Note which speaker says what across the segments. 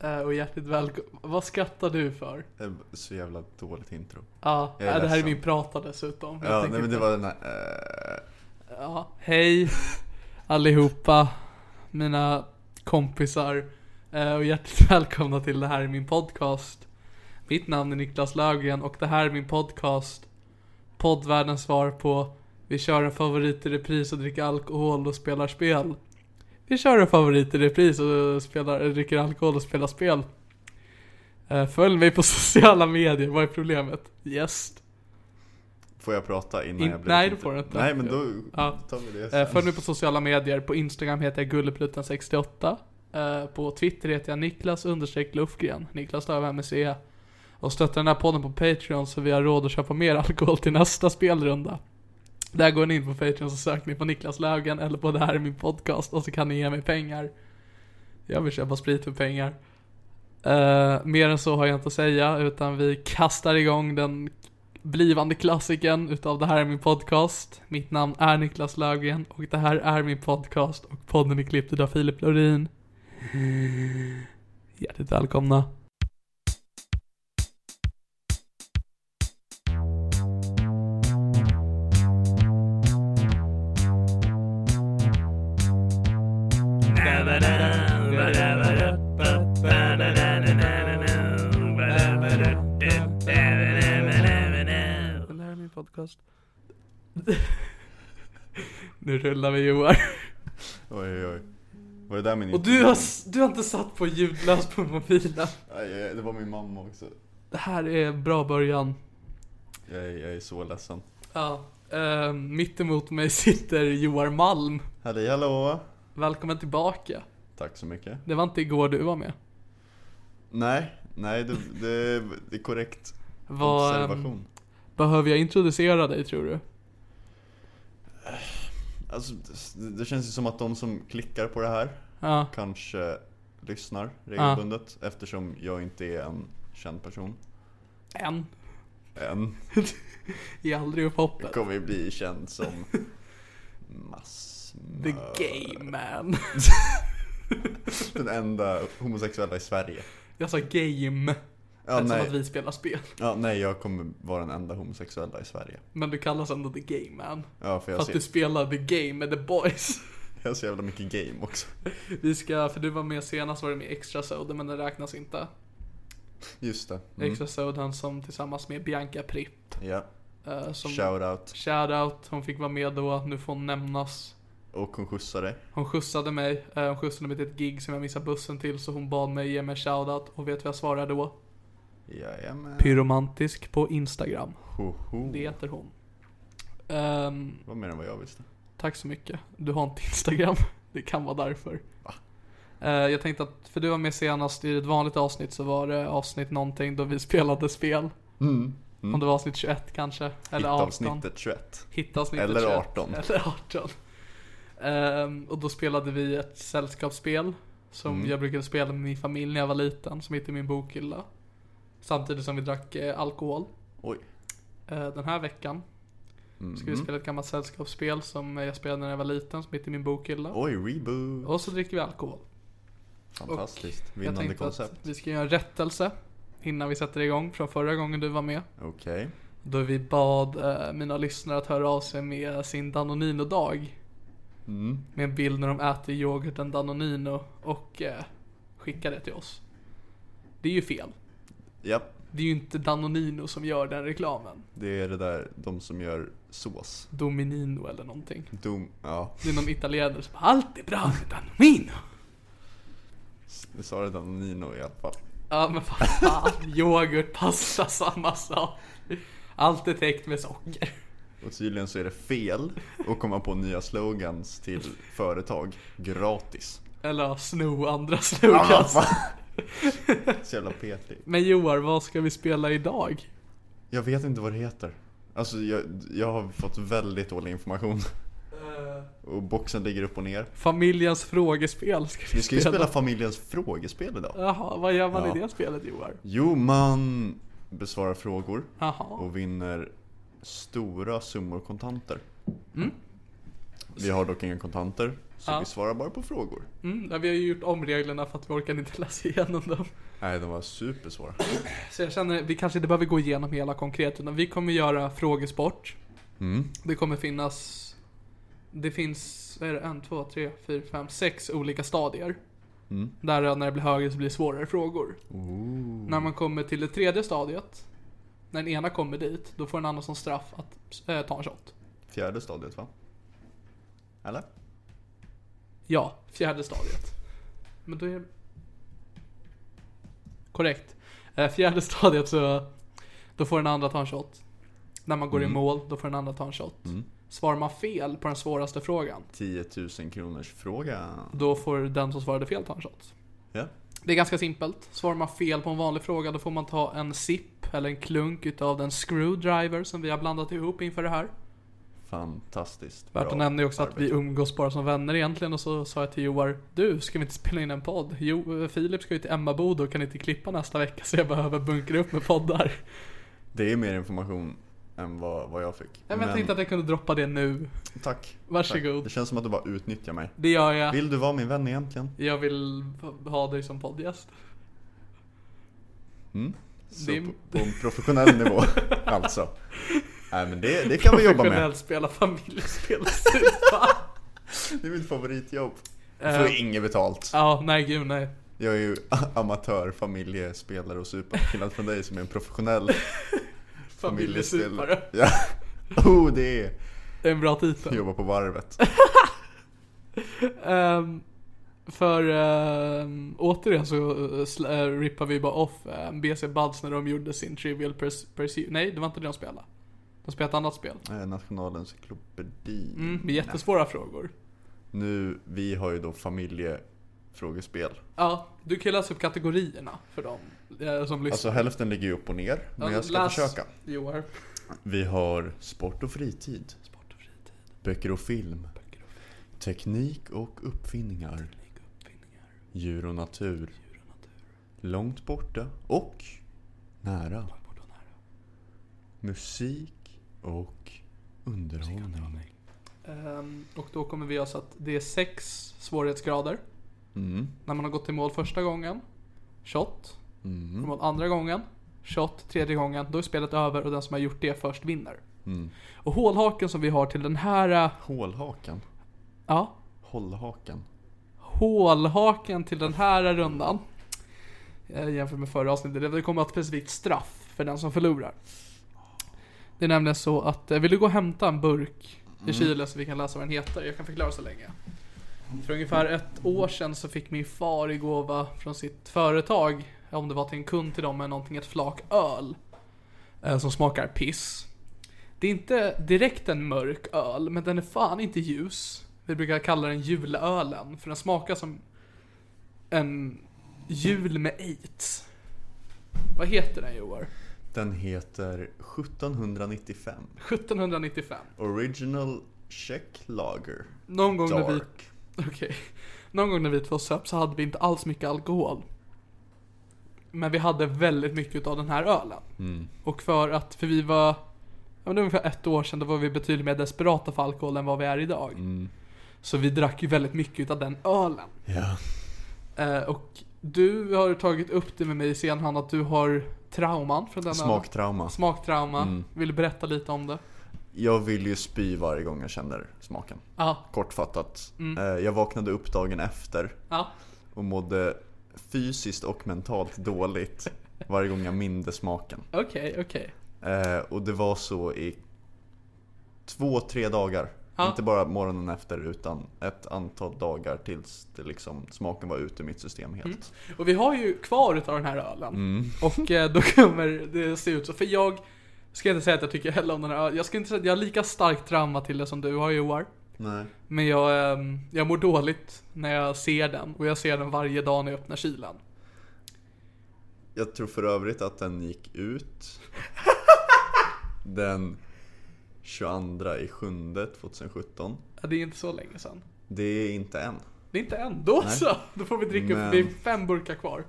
Speaker 1: eh, och hjärtligt välkommen. Vad skrattar du för?
Speaker 2: Det är Så jävla dåligt intro.
Speaker 1: Ja,
Speaker 2: Jag är
Speaker 1: eh, det här är
Speaker 2: ledsen.
Speaker 1: min prata dessutom. Jag
Speaker 2: Ja,
Speaker 1: tänker
Speaker 2: nej men det
Speaker 1: inte-
Speaker 2: var den här... eh,
Speaker 1: Ja, hej allihopa mina kompisar eh, och hjärtligt välkomna till det här är min podcast. Mitt namn är Niklas Lögren och det här är min podcast. Poddvärldens svar på Vi kör en favorit i repris och dricker alkohol och spelar spel. Vi kör en favorit i repris och spelar, dricker alkohol och spelar spel. Eh, Följ mig på sociala medier, vad är problemet? Yes.
Speaker 2: får jag prata innan
Speaker 1: In-
Speaker 2: jag blir...
Speaker 1: nej,
Speaker 2: lite-
Speaker 1: det får du inte.
Speaker 2: Nej, men då
Speaker 1: Ja.
Speaker 2: tar vi det sen.
Speaker 1: Eh, Följ mig på sociala medier. På Instagram heter jag gullepluten68. Eh, På Twitter heter jag Niklas understreck Lufgren. Niklas Löf MSE. Och stötta den här podden på Patreon så vi har råd att köpa mer alkohol till nästa spelrunda. Där går ni in på Patreon så söker ni på Niklas Löfgren eller på det här är min podcast och så kan ni ge mig pengar. Jag vill köpa sprit för pengar. Eh, mer än så har jag inte att säga utan vi kastar igång den blivande klassiken utav det här är min podcast. Mitt namn är Niklas Löfgren och det här är min podcast och podden är klippt utav Filip Lorin. Hjärtligt välkomna. Det här är min podcast. nu rullar vi Joar.
Speaker 2: Oj, oj, oj. Var det där min
Speaker 1: Och du har, s- du har inte satt på ljudlös på mobilen.
Speaker 2: Aj, aj, aj, eh, det var min mamma också.
Speaker 1: Det här är en bra början.
Speaker 2: Jag är, jag är så ledsen.
Speaker 1: Ja. Uh, mitt emot mig sitter Joar Malm.
Speaker 2: Hallå, hallå!
Speaker 1: Välkommen tillbaka.
Speaker 2: Tack så mycket.
Speaker 1: Det var inte igår du var med.
Speaker 2: Nej, nej, det, det, det är korrekt
Speaker 1: Vad, ehm,
Speaker 2: observation.
Speaker 1: behöver jag introducera dig tror du?
Speaker 2: Alltså, det, det känns ju som att de som klickar på det här
Speaker 1: Ja.
Speaker 2: kanske lyssnar regelbundet eftersom jag inte är en känd person.
Speaker 1: En.
Speaker 2: Än.
Speaker 1: Ge aldrig upp hoppet.
Speaker 2: kommer ju bli känd som mass...
Speaker 1: The gay man.
Speaker 2: Den enda homosexuella i Sverige.
Speaker 1: Jag sa game. det
Speaker 2: Ja,
Speaker 1: är som att
Speaker 2: nej.
Speaker 1: vi spelar spel.
Speaker 2: ja, nej, jag kommer vara den enda homosexuella i Sverige.
Speaker 1: Men du kallas ändå the gay man.
Speaker 2: Ja, för
Speaker 1: För
Speaker 2: jag,
Speaker 1: att
Speaker 2: ser,
Speaker 1: du spelar the game med the boys.
Speaker 2: jag har så jävla mycket game också.
Speaker 1: Vi ska, för du var med senast var du med i Extra Soda men den räknas inte.
Speaker 2: Just det. Mm.
Speaker 1: Extra Soda som tillsammans med Bianca Pripp.
Speaker 2: Ja,
Speaker 1: eh, som
Speaker 2: shoutout.
Speaker 1: shoutout, hon fick vara med då, nu får hon nämnas.
Speaker 2: Och hon skjutsade dig.
Speaker 1: Hon skjutsade mig, eh, hon skjutsade mig till ett gig som jag missade bussen till så hon bad mig ge mig shoutout och vet vad jag svarade då?
Speaker 2: Jajamän.
Speaker 1: Pyromantisk på Instagram.
Speaker 2: Hoho.
Speaker 1: Det heter hon. Ehm,
Speaker 2: Det var mer än vad jag visste.
Speaker 1: tack så mycket. Du har inte Instagram. Det kan vara därför. Eh, jag tänkte att, för du var med senast i ett vanligt avsnitt så var det avsnitt någonting då vi spelade spel. Om det var avsnitt 21 kanske. Eller 18.
Speaker 2: Hittavsnittet 21.
Speaker 1: Hittavsnittet
Speaker 2: Eller
Speaker 1: 21.
Speaker 2: 18.
Speaker 1: Eller 18. Ehm, och då spelade vi ett sällskapsspel som
Speaker 2: Mm.
Speaker 1: jag brukade spela med min familj när jag var liten, som hette Min bokhylla. Samtidigt som vi drack eh, alkohol.
Speaker 2: Oj.
Speaker 1: Eh, den här veckan
Speaker 2: Mm.
Speaker 1: ska vi spela ett gammalt sällskapsspel som jag spelade när jag var liten, som heter Min bokhylla.
Speaker 2: Oj, reboot.
Speaker 1: Och så dricker vi alkohol.
Speaker 2: Fantastiskt.
Speaker 1: Jag
Speaker 2: Vinnande
Speaker 1: tänkte
Speaker 2: koncept.
Speaker 1: att vi ska göra en rättelse innan vi sätter igång från förra gången du var med.
Speaker 2: Okej.
Speaker 1: Då vi bad eh, mina lyssnare att höra av sig med sin Danonino-dag. Med en bild när de äter yoghurten Danonino och eh, skickar det till oss. Det är ju fel.
Speaker 2: Japp.
Speaker 1: Det är ju inte Danonino som gör den reklamen.
Speaker 2: Det är det där, de som gör sås.
Speaker 1: Dominino eller någonting.
Speaker 2: Dom, ja.
Speaker 1: Det är någon italienare som bara, allt är bra med Danonino.
Speaker 2: Vi sa det där om Nino i alla fall.
Speaker 1: Ja men vad fan, yoghurt, pasta, samma sak. Allt är täckt med socker.
Speaker 2: Och tydligen så är det fel att komma på nya slogans till företag gratis.
Speaker 1: Eller ja, sno andra slogans.
Speaker 2: Så jävla petig.
Speaker 1: Men Joar, vad ska vi spela idag?
Speaker 2: Jag vet inte vad det heter. Alltså jag, jag har fått väldigt dålig information.
Speaker 1: Eh.
Speaker 2: Och boxen ligger upp och ner.
Speaker 1: Familjens frågespel ska vi,
Speaker 2: Vi ska ju spela familjens frågespel idag.
Speaker 1: Jaha, vad gör man i
Speaker 2: Ja.
Speaker 1: det spelet Joar?
Speaker 2: Jo, man besvarar frågor
Speaker 1: Jaha,
Speaker 2: och vinner stora summor kontanter. Vi har dock inga kontanter, så
Speaker 1: Mm. Ja.
Speaker 2: vi svarar bara på frågor.
Speaker 1: mm, ja, vi har ju gjort om reglerna för att vi orkar inte läsa igenom dem.
Speaker 2: Nej, de var supersvåra.
Speaker 1: Så jag känner, vi kanske inte behöver gå igenom hela konkret, utan vi kommer göra frågesport.
Speaker 2: Mm.
Speaker 1: Det kommer finnas, det finns, vad är det, en, två, tre, fyra, fem, sex olika stadier.
Speaker 2: Mm.
Speaker 1: Där när det blir högre så blir det svårare frågor. När man kommer till det tredje stadiet, när den ena kommer dit, då får den andra som straff att eh, ta en shot.
Speaker 2: Fjärde stadiet va? Eller?
Speaker 1: Ja, fjärde stadiet. Men då är det... Korrekt. Eh, Fjärde stadiet så... Då får den andra ta en shot. När man går i mål, då får den andra ta en shot. Svarar man fel på den svåraste frågan,
Speaker 2: 10 000 kronors fråga.
Speaker 1: då får den som svarade fel ta en shot.
Speaker 2: Ja.
Speaker 1: Det är ganska simpelt. Svarar man fel på en vanlig fråga, då får man ta en sipp eller en klunk utav den screwdriver som vi har blandat ihop inför det här.
Speaker 2: Fantastiskt.
Speaker 1: Värt
Speaker 2: bra
Speaker 1: att nämna är också att
Speaker 2: arbete.
Speaker 1: vi umgås bara som vänner egentligen och så sa jag till Joar, du ska vi inte spela in en podd? Jo, eh, Filip ska ju till Emmaboda och kan inte klippa nästa vecka så jag behöver bunkra upp med poddar.
Speaker 2: Det är mer information än vad, vad jag fick.
Speaker 1: Nej, men jag tänkte att jag kunde droppa det nu.
Speaker 2: Tack.
Speaker 1: Varsågod.
Speaker 2: Tack. Det känns som att du bara utnyttjar mig.
Speaker 1: Det gör jag.
Speaker 2: Vill du vara min vän egentligen?
Speaker 1: Jag vill ha dig som poddgäst.
Speaker 2: Så
Speaker 1: Det-
Speaker 2: på, på en professionell nivå alltså. Nej men det, det kan vi jobba med.
Speaker 1: Professionellt spela familjespel.
Speaker 2: Det är mitt favoritjobb. Jag får inget betalt.
Speaker 1: Eh. ja, nej gud nej.
Speaker 2: Jag är ju amatör, familjespelare och super. Till Skillnad från dig som är en professionell
Speaker 1: Familjesupare.
Speaker 2: Ja. Oh, det är...
Speaker 1: Det är en bra
Speaker 2: Jag
Speaker 1: titel.
Speaker 2: jobbar på varvet.
Speaker 1: Ehm, för ehm, återigen så eh, sl- eh, rippar vi bara off eh, BC Buds när de gjorde sin Trivial Purs- Pursuit. Nej, det var inte det de spelade. De spelade ett annat spel.
Speaker 2: Eh, Nationalencyklopedi.
Speaker 1: Mm, med jättesvåra frågor.
Speaker 2: Nu, vi har ju då familjefrågespel. Alltså,
Speaker 1: Ja, du kan ju läsa upp kategorierna för dem eh, som lyssnar.
Speaker 2: Alltså hälften ligger ju upp och ner, men
Speaker 1: Ja,
Speaker 2: jag ska
Speaker 1: läs,
Speaker 2: försöka.
Speaker 1: Joar.
Speaker 2: Vi har sport och fritid,
Speaker 1: Sport och fritid,
Speaker 2: böcker och film,
Speaker 1: böcker och film,
Speaker 2: teknik och uppfinningar,
Speaker 1: teknik och uppfinningar,
Speaker 2: djur och natur,
Speaker 1: djur och natur,
Speaker 2: långt borta och nära,
Speaker 1: bort och nära.
Speaker 2: musik och underhållning.
Speaker 1: Ehm, och då kommer vi alltså att det är sex svårighetsgrader.
Speaker 2: Mm.
Speaker 1: När man har gått i mål första gången, shot. Går i mål andra gången, shot. Tredje gången, då är spelet över och den som har gjort det först vinner. Och hålhaken som vi har till den här... äh,
Speaker 2: Hålhakan,
Speaker 1: Ja,
Speaker 2: hållhakan.
Speaker 1: hålhaken till den här rundan. eh, Jämfört med förra avsnittet. Det kommer att vara ett specifikt straff för den som förlorar. Det är nämligen så att, eh, vill du gå och hämta en burk i kylen så vi kan läsa vad den heter? Jag kan förklara så länge. För ungefär ett år sedan så fick min far i gåva från sitt företag, om det var till en kund till dem eller någonting, ett flak öl. eh, Som smakar piss. Det är inte direkt en mörk öl, men den är fan inte ljus. Vi brukar kalla den julölen, för den smakar som en jul med aids. Vad heter den Joar?
Speaker 2: Den heter 1795.
Speaker 1: 1795.
Speaker 2: Original Check lager.
Speaker 1: Någon gång när vi
Speaker 2: Dark.
Speaker 1: Okej. Någon gång när vi två söp så hade vi inte alls mycket alkohol. Men vi hade väldigt mycket av den här ölen.
Speaker 2: Mm.
Speaker 1: Och för att, för vi var, ja men det var ungefär ett år sedan, då var vi betydligt mer desperata för alkohol än vad vi är idag.
Speaker 2: Mm.
Speaker 1: Så vi drack ju väldigt mycket av den ölen.
Speaker 2: Ja.
Speaker 1: Eh, och du har tagit upp det med mig sen han att du har trauman från den ölen.
Speaker 2: Smaktrauma. Mm.
Speaker 1: Smaktrauma. Vill du berätta lite om det?
Speaker 2: Jag vill ju spy varje gång jag känner smaken.
Speaker 1: Ja.
Speaker 2: Kortfattat. Eh, Jag vaknade upp dagen efter
Speaker 1: Ja.
Speaker 2: och mådde fysiskt och mentalt dåligt varje gång jag minde smaken.
Speaker 1: Okej, okej.
Speaker 2: Eh, och det var så i två, tre dagar.
Speaker 1: Ja.
Speaker 2: Inte bara morgonen efter utan ett antal dagar tills det liksom, smaken var ute ur mitt system helt.
Speaker 1: Och vi har ju kvar utav den här ölen. Och eh, då kommer det se ut så. För jag ska inte säga att jag tycker heller om den här ölen. Jag ska inte säga att jag har lika starkt trauma till det som du har Joar.
Speaker 2: Nej.
Speaker 1: Men jag, ehm, jag mår dåligt när jag ser den. Och jag ser den varje dag när jag öppnar kylen.
Speaker 2: Jag tror för övrigt att den gick ut den 22 i sjunde 2017.
Speaker 1: Ja, Det är inte så länge sedan.
Speaker 2: Det är inte än.
Speaker 1: Det är inte än. Då så! Då får vi dricka upp.
Speaker 2: Men-
Speaker 1: Det är fem burkar kvar.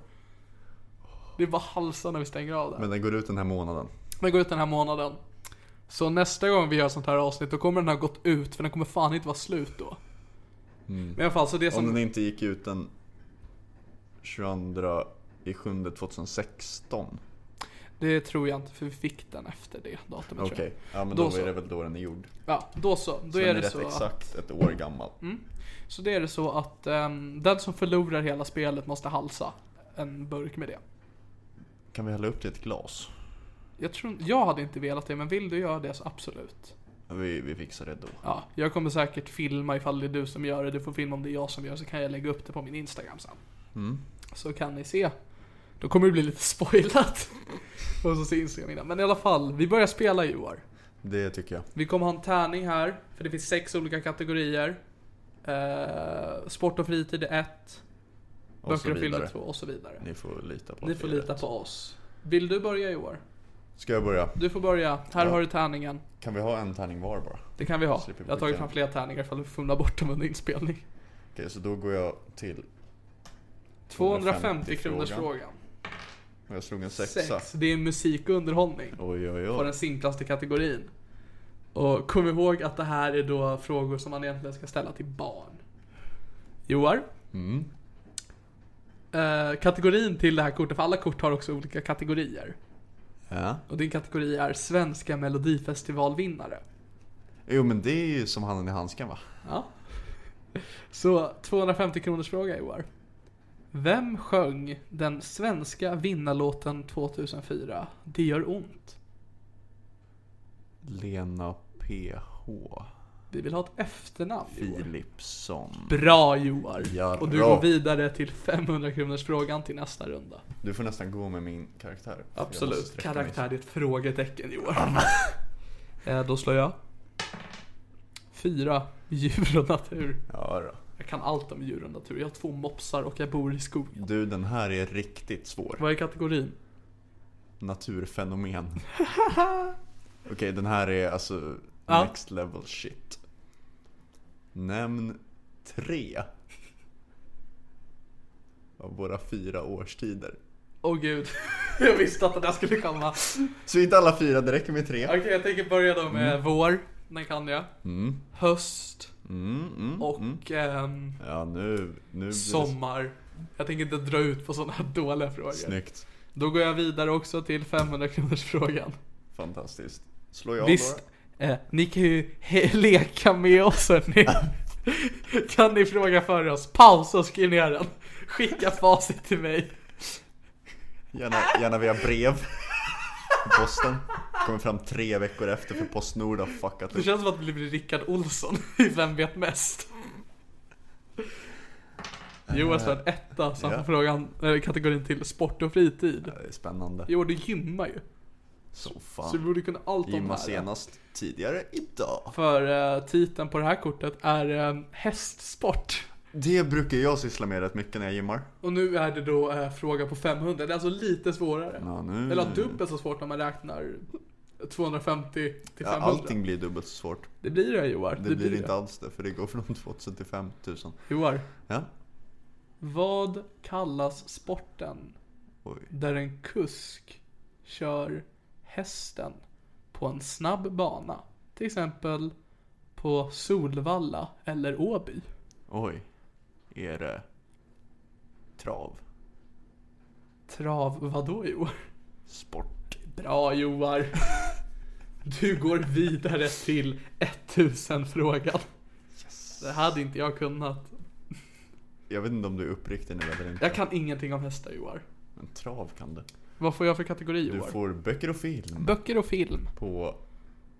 Speaker 1: Det är bara halsen när vi stänger av det.
Speaker 2: Men den går ut den här månaden.
Speaker 1: Men går ut den här månaden. Så nästa gång vi gör sånt här avsnitt då kommer den ha gått ut för den kommer fan inte vara slut då. Men i alla fall så det
Speaker 2: Mm. Om
Speaker 1: som...
Speaker 2: den inte gick ut den 22 i sjunde 2016.
Speaker 1: Det tror jag inte för vi fick den efter det datumet
Speaker 2: Okej,
Speaker 1: tror jag.
Speaker 2: ja men
Speaker 1: Då
Speaker 2: då,
Speaker 1: så.
Speaker 2: är det väl då den är gjord.
Speaker 1: Ja, då så. Då
Speaker 2: Så
Speaker 1: är
Speaker 2: den är
Speaker 1: det
Speaker 2: rätt
Speaker 1: så Mm. att,
Speaker 2: exakt ett år gammal.
Speaker 1: så det är det så att ehm, den som förlorar hela spelet måste halsa en burk med det.
Speaker 2: Kan vi hälla upp det i ett glas?
Speaker 1: Jag tror jag hade inte velat det men vill du göra det så absolut.
Speaker 2: Vi, vi fixar det då.
Speaker 1: Ja, jag kommer säkert filma ifall det är du som gör det. Du får filma om det är jag som gör så kan jag lägga upp det på min Instagram sen.
Speaker 2: Mm.
Speaker 1: Så kan ni se. Då kommer det bli lite spoilat. och så ser Instagram innan. Men i alla fall, vi börjar spela Joar.
Speaker 2: Det tycker jag.
Speaker 1: Vi kommer ha en tärning här, för det finns sex olika kategorier. Eh, sport och fritid är ett,
Speaker 2: Och så
Speaker 1: böcker och film är
Speaker 2: vidare.
Speaker 1: två och så vidare.
Speaker 2: Ni får lita på
Speaker 1: Ni
Speaker 2: att
Speaker 1: får
Speaker 2: det är
Speaker 1: lita
Speaker 2: rätt.
Speaker 1: på oss. Vill du börja Joar?
Speaker 2: Ska jag börja?
Speaker 1: Du får börja, här
Speaker 2: Ja.
Speaker 1: har du tärningen.
Speaker 2: Kan vi ha en tärning var bara?
Speaker 1: Det kan vi ha.
Speaker 2: Slipper
Speaker 1: Jag har tagit
Speaker 2: skicka.
Speaker 1: fram fler tärningar ifall vi fumlar bort dem under inspelning.
Speaker 2: Okej, så då går jag till...
Speaker 1: 250 kronors frågan.
Speaker 2: Och jag slog en sexa.
Speaker 1: Sex. Det är musik och underhållning.
Speaker 2: Oj, oj,
Speaker 1: På
Speaker 2: oj.
Speaker 1: den simplaste kategorin. Och kom ihåg att det här är då frågor som man egentligen ska ställa till barn. Joar? Eh, kategorin till det här kortet, för alla kort har också olika kategorier.
Speaker 2: Ja.
Speaker 1: Och din kategori är svenska melodifestivalvinnare.
Speaker 2: Jo, men det är ju som handen i handsken va?
Speaker 1: Ja. Så 250 kronors fråga Joar. Vem sjöng den svenska vinnarlåten 2004, Det gör ont?
Speaker 2: Lena PH
Speaker 1: Vi vill ha ett efternamn Joar.
Speaker 2: Philipsson.
Speaker 1: Bra Joar!
Speaker 2: Ja,
Speaker 1: och du
Speaker 2: bra.
Speaker 1: går vidare till 500 kronors frågan till nästa runda.
Speaker 2: Du får nästan gå med min karaktär. för jag måste
Speaker 1: Absolut.
Speaker 2: sträcka
Speaker 1: Karaktär,
Speaker 2: mig.
Speaker 1: det är ett frågetecken Joar. eh, då slår jag. Fyra. Djur och natur.
Speaker 2: Ja, då.
Speaker 1: Jag kan allt om djur och natur. Jag har två mopsar och jag bor i skogen.
Speaker 2: Du, den här är riktigt svår.
Speaker 1: Vad är kategorin?
Speaker 2: Naturfenomen. Okej, den här är alltså
Speaker 1: Ja.
Speaker 2: next level shit. Nämn tre av våra fyra årstider.
Speaker 1: Åh gud. jag visste att det där skulle komma. Okej,
Speaker 2: Så inte alla fyra, det räcker med tre.
Speaker 1: jag tänker börja då med
Speaker 2: Mm.
Speaker 1: vår. Den kan jag. Höst.
Speaker 2: Mm,
Speaker 1: och ehm,
Speaker 2: Ja, nu... nu blir det
Speaker 1: sommar. Jag tänker inte dra ut på sådana här dåliga frågor.
Speaker 2: Snyggt.
Speaker 1: Då går jag vidare också till 500 kronors frågan.
Speaker 2: Fantastiskt. Slår jag
Speaker 1: Visst,
Speaker 2: då?
Speaker 1: eh, ni kan ju he- leka med oss hörni. kan ni fråga för oss? Pausa och skriv ner den. Skicka facit till mig.
Speaker 2: Gärna, gärna via brev. Posten. Kommer fram tre veckor efter för Postnord har fuckat
Speaker 1: Det
Speaker 2: upp.
Speaker 1: känns som att det blir Rickard Olsson i Vem vet mest? Johan står en etta, så han
Speaker 2: Eh, ja.
Speaker 1: får frågan, eh, kategorin till sport och fritid.
Speaker 2: Det är Spännande.
Speaker 1: Jo, det gymmar ju.
Speaker 2: Så
Speaker 1: Så vi
Speaker 2: fan.
Speaker 1: borde kunna allt om
Speaker 2: Gymma
Speaker 1: det här.
Speaker 2: senast tidigare idag.
Speaker 1: För eh, titeln på det här kortet är eh, hästsport.
Speaker 2: Det brukar jag syssla med rätt mycket när jag gymmar.
Speaker 1: Och nu är det då eh, fråga på 500, det är alltså lite svårare.
Speaker 2: Ja, nu...
Speaker 1: Eller dubbelt så svårt när man räknar 250 till
Speaker 2: Ja,
Speaker 1: 500.
Speaker 2: allting blir dubbelt så svårt.
Speaker 1: Det blir det Johar.
Speaker 2: Det, blir inte alls det, för det går från 2000 till 5000.
Speaker 1: Johar,
Speaker 2: Ja,
Speaker 1: vad kallas sporten
Speaker 2: oj.
Speaker 1: där en kusk kör hästen på en snabb bana? Till exempel på Solvalla eller Åby.
Speaker 2: Oj. Är det trav?
Speaker 1: Trav vadå Johar?
Speaker 2: Sport?
Speaker 1: Bra Johar! Du går vidare till 1000-frågan. Det hade inte jag kunnat.
Speaker 2: Jag vet inte om du är uppriktig nu eller inte.
Speaker 1: Jag kan ingenting om hästar Johar.
Speaker 2: Men trav kan du.
Speaker 1: Vad får jag för kategori
Speaker 2: Du
Speaker 1: Johar?
Speaker 2: får böcker och film
Speaker 1: Böcker och film.
Speaker 2: på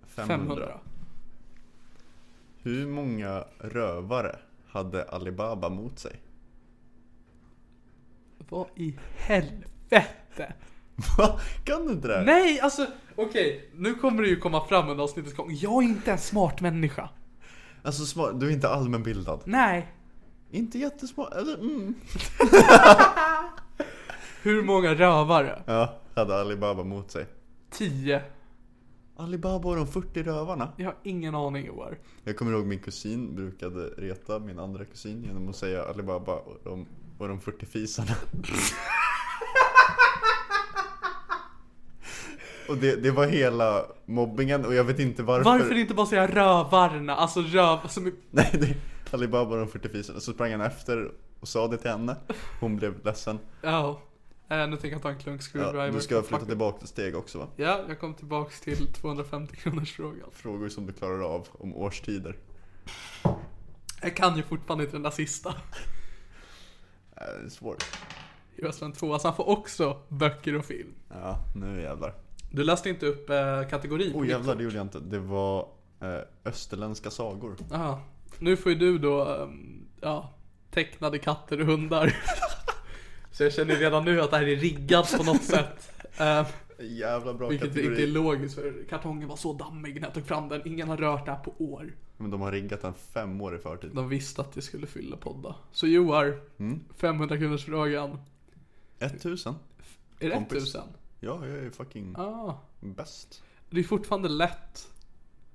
Speaker 2: 500.
Speaker 1: 500.
Speaker 2: Hur många rövare hade Alibaba mot sig?
Speaker 1: Vad i helvete?
Speaker 2: Va? Kan du inte det? här?
Speaker 1: Nej, alltså okej. Nu kommer det ju komma fram under avsnittets gång. Jag är inte en smart människa.
Speaker 2: Alltså smart, du är inte allmänbildad.
Speaker 1: Nej.
Speaker 2: Inte jättesmart, eller mm.
Speaker 1: Hur många rövare?
Speaker 2: Ja, hade Alibaba mot sig.
Speaker 1: 10.
Speaker 2: Alibaba och de 40 rövarna.
Speaker 1: Jag har ingen aning Johar.
Speaker 2: Jag kommer ihåg min kusin brukade reta min andra kusin genom att säga Alibaba och de, och de 40 fisarna. och det, det var hela mobbingen och jag vet inte varför.
Speaker 1: Varför inte bara säga rövarna? Alltså röv... Som i...
Speaker 2: Nej, det, Alibaba och de 40 fisarna. Så sprang han efter och sa det till henne. Hon blev ledsen.
Speaker 1: Ja. Eh, nu tänker jag ta en klunk
Speaker 2: Ja,
Speaker 1: screwdriver.
Speaker 2: du ska flytta
Speaker 1: Fuck.
Speaker 2: tillbaka ett steg också va?
Speaker 1: Ja, jag kom tillbaks till 250 kronors frågan.
Speaker 2: Frågor som du klarar av om årstider.
Speaker 1: Jag kan ju fortfarande inte den där sista.
Speaker 2: Äh, det är svårt.
Speaker 1: Johan Strand 2, så han får också böcker och film.
Speaker 2: Ja, nu jävlar.
Speaker 1: Du läste inte upp eh, kategorin.
Speaker 2: Oh jävlar, det gjorde jag inte. Det var eh, österländska sagor.
Speaker 1: Aha. Nu får ju du då, ehm, ja, tecknade katter och hundar. Så jag känner redan nu att det här är riggat på något sätt. Ehm,
Speaker 2: Jävla bra
Speaker 1: vilket inte är
Speaker 2: kategori.
Speaker 1: logiskt för kartongen var så dammig när jag tog fram den. Ingen har rört det här på år.
Speaker 2: Men de har riggat den fem år i förtid.
Speaker 1: De visste att jag skulle fylla podda. Så Joar,
Speaker 2: Mm.
Speaker 1: 500 kronors frågan.
Speaker 2: 1000?
Speaker 1: Är det
Speaker 2: Kompis.
Speaker 1: 1000?
Speaker 2: Ja, jag är fucking
Speaker 1: Ah.
Speaker 2: bäst.
Speaker 1: Det är fortfarande lätt.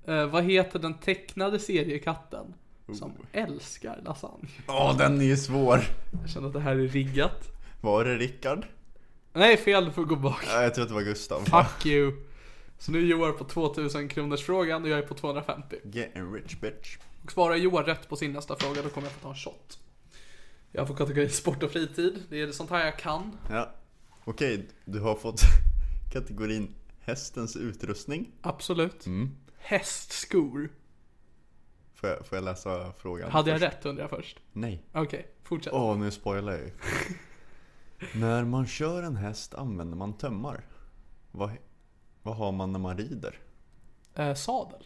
Speaker 1: Eh, vad heter den tecknade seriekatten? Som
Speaker 2: Oh.
Speaker 1: älskar lasagne.
Speaker 2: Åh, den är ju svår.
Speaker 1: Jag känner att det här är riggat.
Speaker 2: Var det Rickard?
Speaker 1: Nej fel, du får gå bak.
Speaker 2: Ja, jag tror att det var Gustav.
Speaker 1: Fuck you. Så nu är Joar på 2000 kronors frågan och jag är på 250.
Speaker 2: Get in rich bitch.
Speaker 1: Och svarar Joar rätt på sin nästa fråga då kommer jag få ta en shot. Jag får kategorin sport och fritid. Det är sånt här jag kan.
Speaker 2: Ja. Okej, du har fått kategorin hästens utrustning.
Speaker 1: Absolut.
Speaker 2: Mm.
Speaker 1: Hästskor.
Speaker 2: Får jag, får jag läsa frågan?
Speaker 1: Hade jag
Speaker 2: först?
Speaker 1: rätt undrar jag först.
Speaker 2: Nej.
Speaker 1: Okej, fortsätt.
Speaker 2: Åh, nu spoilar jag ju. när man kör en häst använder man tömmar. Vad, vad har man när man rider?
Speaker 1: Eh, sadel.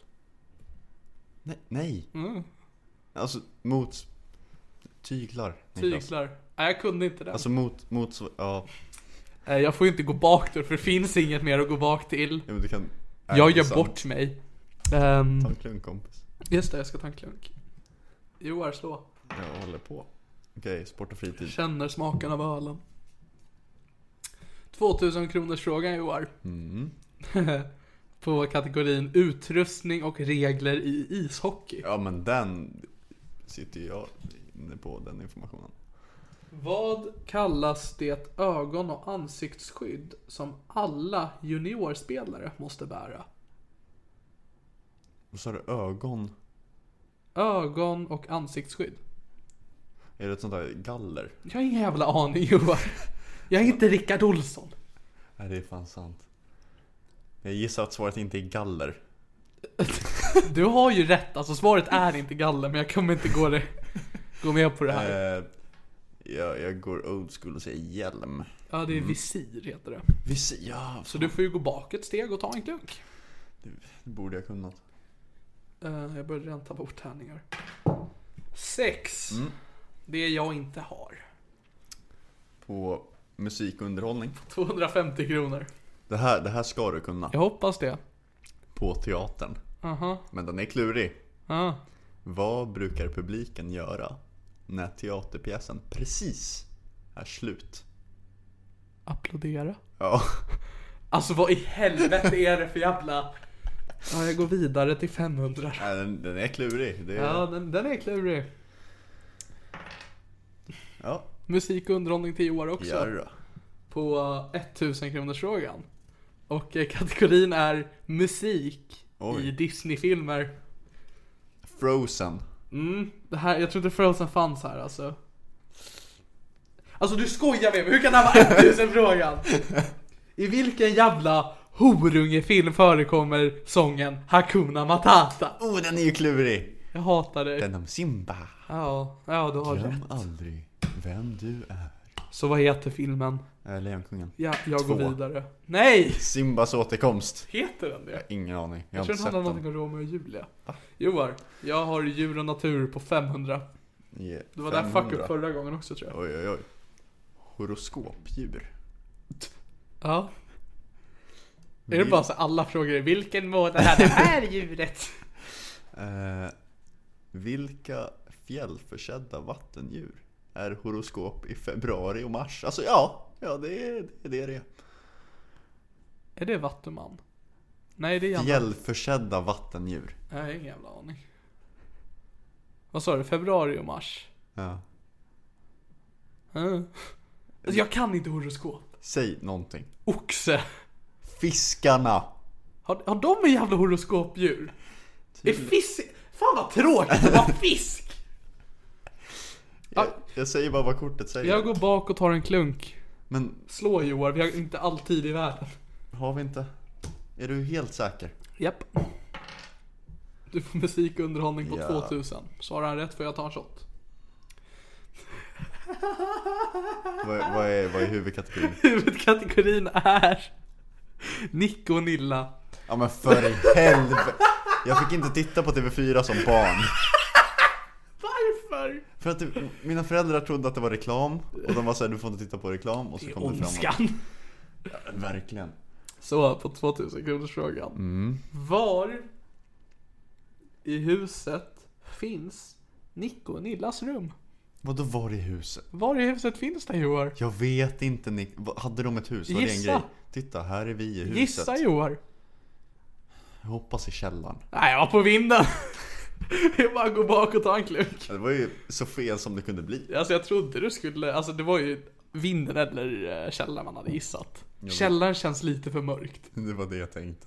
Speaker 1: Mm,
Speaker 2: Nej. nej. Alltså mot... Tyglar. Niklas.
Speaker 1: Tyglar. Nej, jag kunde inte det.
Speaker 2: Alltså mot, mot... Ja,
Speaker 1: Eh, Jag får ju inte gå bak då för det finns inget mer att gå bak till.
Speaker 2: ja, men du kan...
Speaker 1: Jag
Speaker 2: Äh,
Speaker 1: gör
Speaker 2: sant.
Speaker 1: bort mig. Ehm,
Speaker 2: Ta en klunk kompis.
Speaker 1: just det, jag ska ta en klunk. Joar, slå.
Speaker 2: Jag håller på. Okej, sport och fritid.
Speaker 1: Känner smaken av ölen. 2000 kronors frågan Joar.
Speaker 2: Mm.
Speaker 1: På kategorin utrustning och regler i ishockey.
Speaker 2: Ja men den sitter ju jag inne på den informationen.
Speaker 1: Vad kallas det ögon och ansiktsskydd som alla juniorspelare måste bära?
Speaker 2: Och så har du ögon.
Speaker 1: Ögon och ansiktsskydd.
Speaker 2: Är det ett sånt där galler?
Speaker 1: Jag har ingen jävla aning Johan. Jag är inte Rickard Olsson.
Speaker 2: Nej det är fan sant. Jag gissar att svaret inte är galler.
Speaker 1: Du har ju rätt, alltså svaret är inte galler men jag kommer inte gå, det, gå med på det här.
Speaker 2: Eh, jag, jag går old school och säger hjälm.
Speaker 1: Ja det är visir heter det.
Speaker 2: Visst, ja,
Speaker 1: Så du får ju gå bak ett steg och ta en klunk.
Speaker 2: det borde jag kunnat.
Speaker 1: Eh, jag började redan tappa bort tärningar. Sex. Det jag inte har.
Speaker 2: På musikunderhållning.
Speaker 1: 250 kronor.
Speaker 2: Det här, det här ska du kunna.
Speaker 1: Jag hoppas det.
Speaker 2: På teatern.
Speaker 1: Aha.
Speaker 2: Men den är klurig.
Speaker 1: Ja.
Speaker 2: Vad brukar publiken göra när teaterpjäsen precis är slut?
Speaker 1: Applådera.
Speaker 2: Ja,
Speaker 1: Alltså vad i helvete är det för jävla... Ja, jag går vidare till 500.
Speaker 2: Nej, den, den är klurig. Det är,
Speaker 1: Ja,
Speaker 2: ja.
Speaker 1: den, den är klurig. Musik och underhållning till år också.
Speaker 2: gör det då.
Speaker 1: På eh, 1000 kronors frågan Och eh, kategorin är musik
Speaker 2: Oj.
Speaker 1: i Disney-filmer.
Speaker 2: Frozen.
Speaker 1: Mm, det här, jag trodde Frozen fanns här alltså. Alltså du skojar med mig, hur kan det här vara 1000 frågan? I vilken jävla horungefilm förekommer sången Hakuna Matata?
Speaker 2: Oh, den är ju klurig!
Speaker 1: Jag hatar dig.
Speaker 2: Den om Simba.
Speaker 1: Ja, ja du har rätt.
Speaker 2: Glöm aldrig vem du är.
Speaker 1: Så vad heter filmen?
Speaker 2: Äh, Lejonkungen.
Speaker 1: Ja, jag
Speaker 2: Två.
Speaker 1: går vidare. Nej!
Speaker 2: Simbas återkomst.
Speaker 1: Heter den det?
Speaker 2: Ingen aning. Jag
Speaker 1: Jag
Speaker 2: har
Speaker 1: tror
Speaker 2: inte
Speaker 1: den
Speaker 2: sett
Speaker 1: handlar om
Speaker 2: den.
Speaker 1: någonting om Romeo och Julia. Joar, jag har djur och natur på 500.
Speaker 2: Yeah.
Speaker 1: Det var där fuck up
Speaker 2: 500.
Speaker 1: förra gången också tror jag.
Speaker 2: Oj, oj, oj. Horoskopdjur.
Speaker 1: Ja. Är det bara så alla frågor vilken månad är det här djuret?
Speaker 2: Eh, vilka fjällförsedda vattendjur är horoskop i februari och mars? Alltså ja, ja det är det är det. det
Speaker 1: Är det Vattuman? Nej det är
Speaker 2: är.
Speaker 1: Janne.
Speaker 2: Fjällförsedda vattendjur.
Speaker 1: Jag har ingen jävla aning. Vad sa du? Februari och mars?
Speaker 2: Ja.
Speaker 1: Mm. Alltså, jag kan inte horoskop.
Speaker 2: Säg någonting.
Speaker 1: Oxe.
Speaker 2: Fiskarna.
Speaker 1: Har, har de en jävla horoskopdjur? Är fisk... Fan vad tråkigt att vara fisk!
Speaker 2: Jag, jag säger bara vad kortet säger.
Speaker 1: Jag går bak och tar en klunk.
Speaker 2: Men
Speaker 1: Slå Joar, vi har inte all tid i världen.
Speaker 2: har vi inte? Är du helt säker?
Speaker 1: Japp. Du får musik och underhållning på
Speaker 2: Ja.
Speaker 1: 2000. Svarar han rätt får jag ta en shot.
Speaker 2: Vad, vad, är, vad är huvudkategorin?
Speaker 1: Huvudkategorin är Nico och Nilla.
Speaker 2: Ja men för i helvete! Jag fick inte titta på TV4 som barn.
Speaker 1: Varför?
Speaker 2: För att det, mina föräldrar trodde att det var reklam och de var såhär du får inte titta på reklam och så kom det fram
Speaker 1: Ondskan.
Speaker 2: Verkligen.
Speaker 1: Så, på 2000 kronors frågan.
Speaker 2: Mm.
Speaker 1: Var i huset finns Nico och Nillas rum?
Speaker 2: Vadå var i huset?
Speaker 1: Var i huset finns det Joar?
Speaker 2: Jag vet inte Nick. Vad- Hade de ett hus? Var det en
Speaker 1: Gissa.
Speaker 2: grej? Titta, här är vi i huset.
Speaker 1: Gissa Joar.
Speaker 2: Jag hoppas i källaren.
Speaker 1: Nej, jag var på vinden. Jag bara går bak och tar en klunk.
Speaker 2: Det var ju så fel som det kunde bli.
Speaker 1: Alltså jag trodde du skulle, alltså det var ju vinden eller eh, källaren man hade gissat. Källaren känns lite för mörkt.
Speaker 2: Det var det jag tänkte.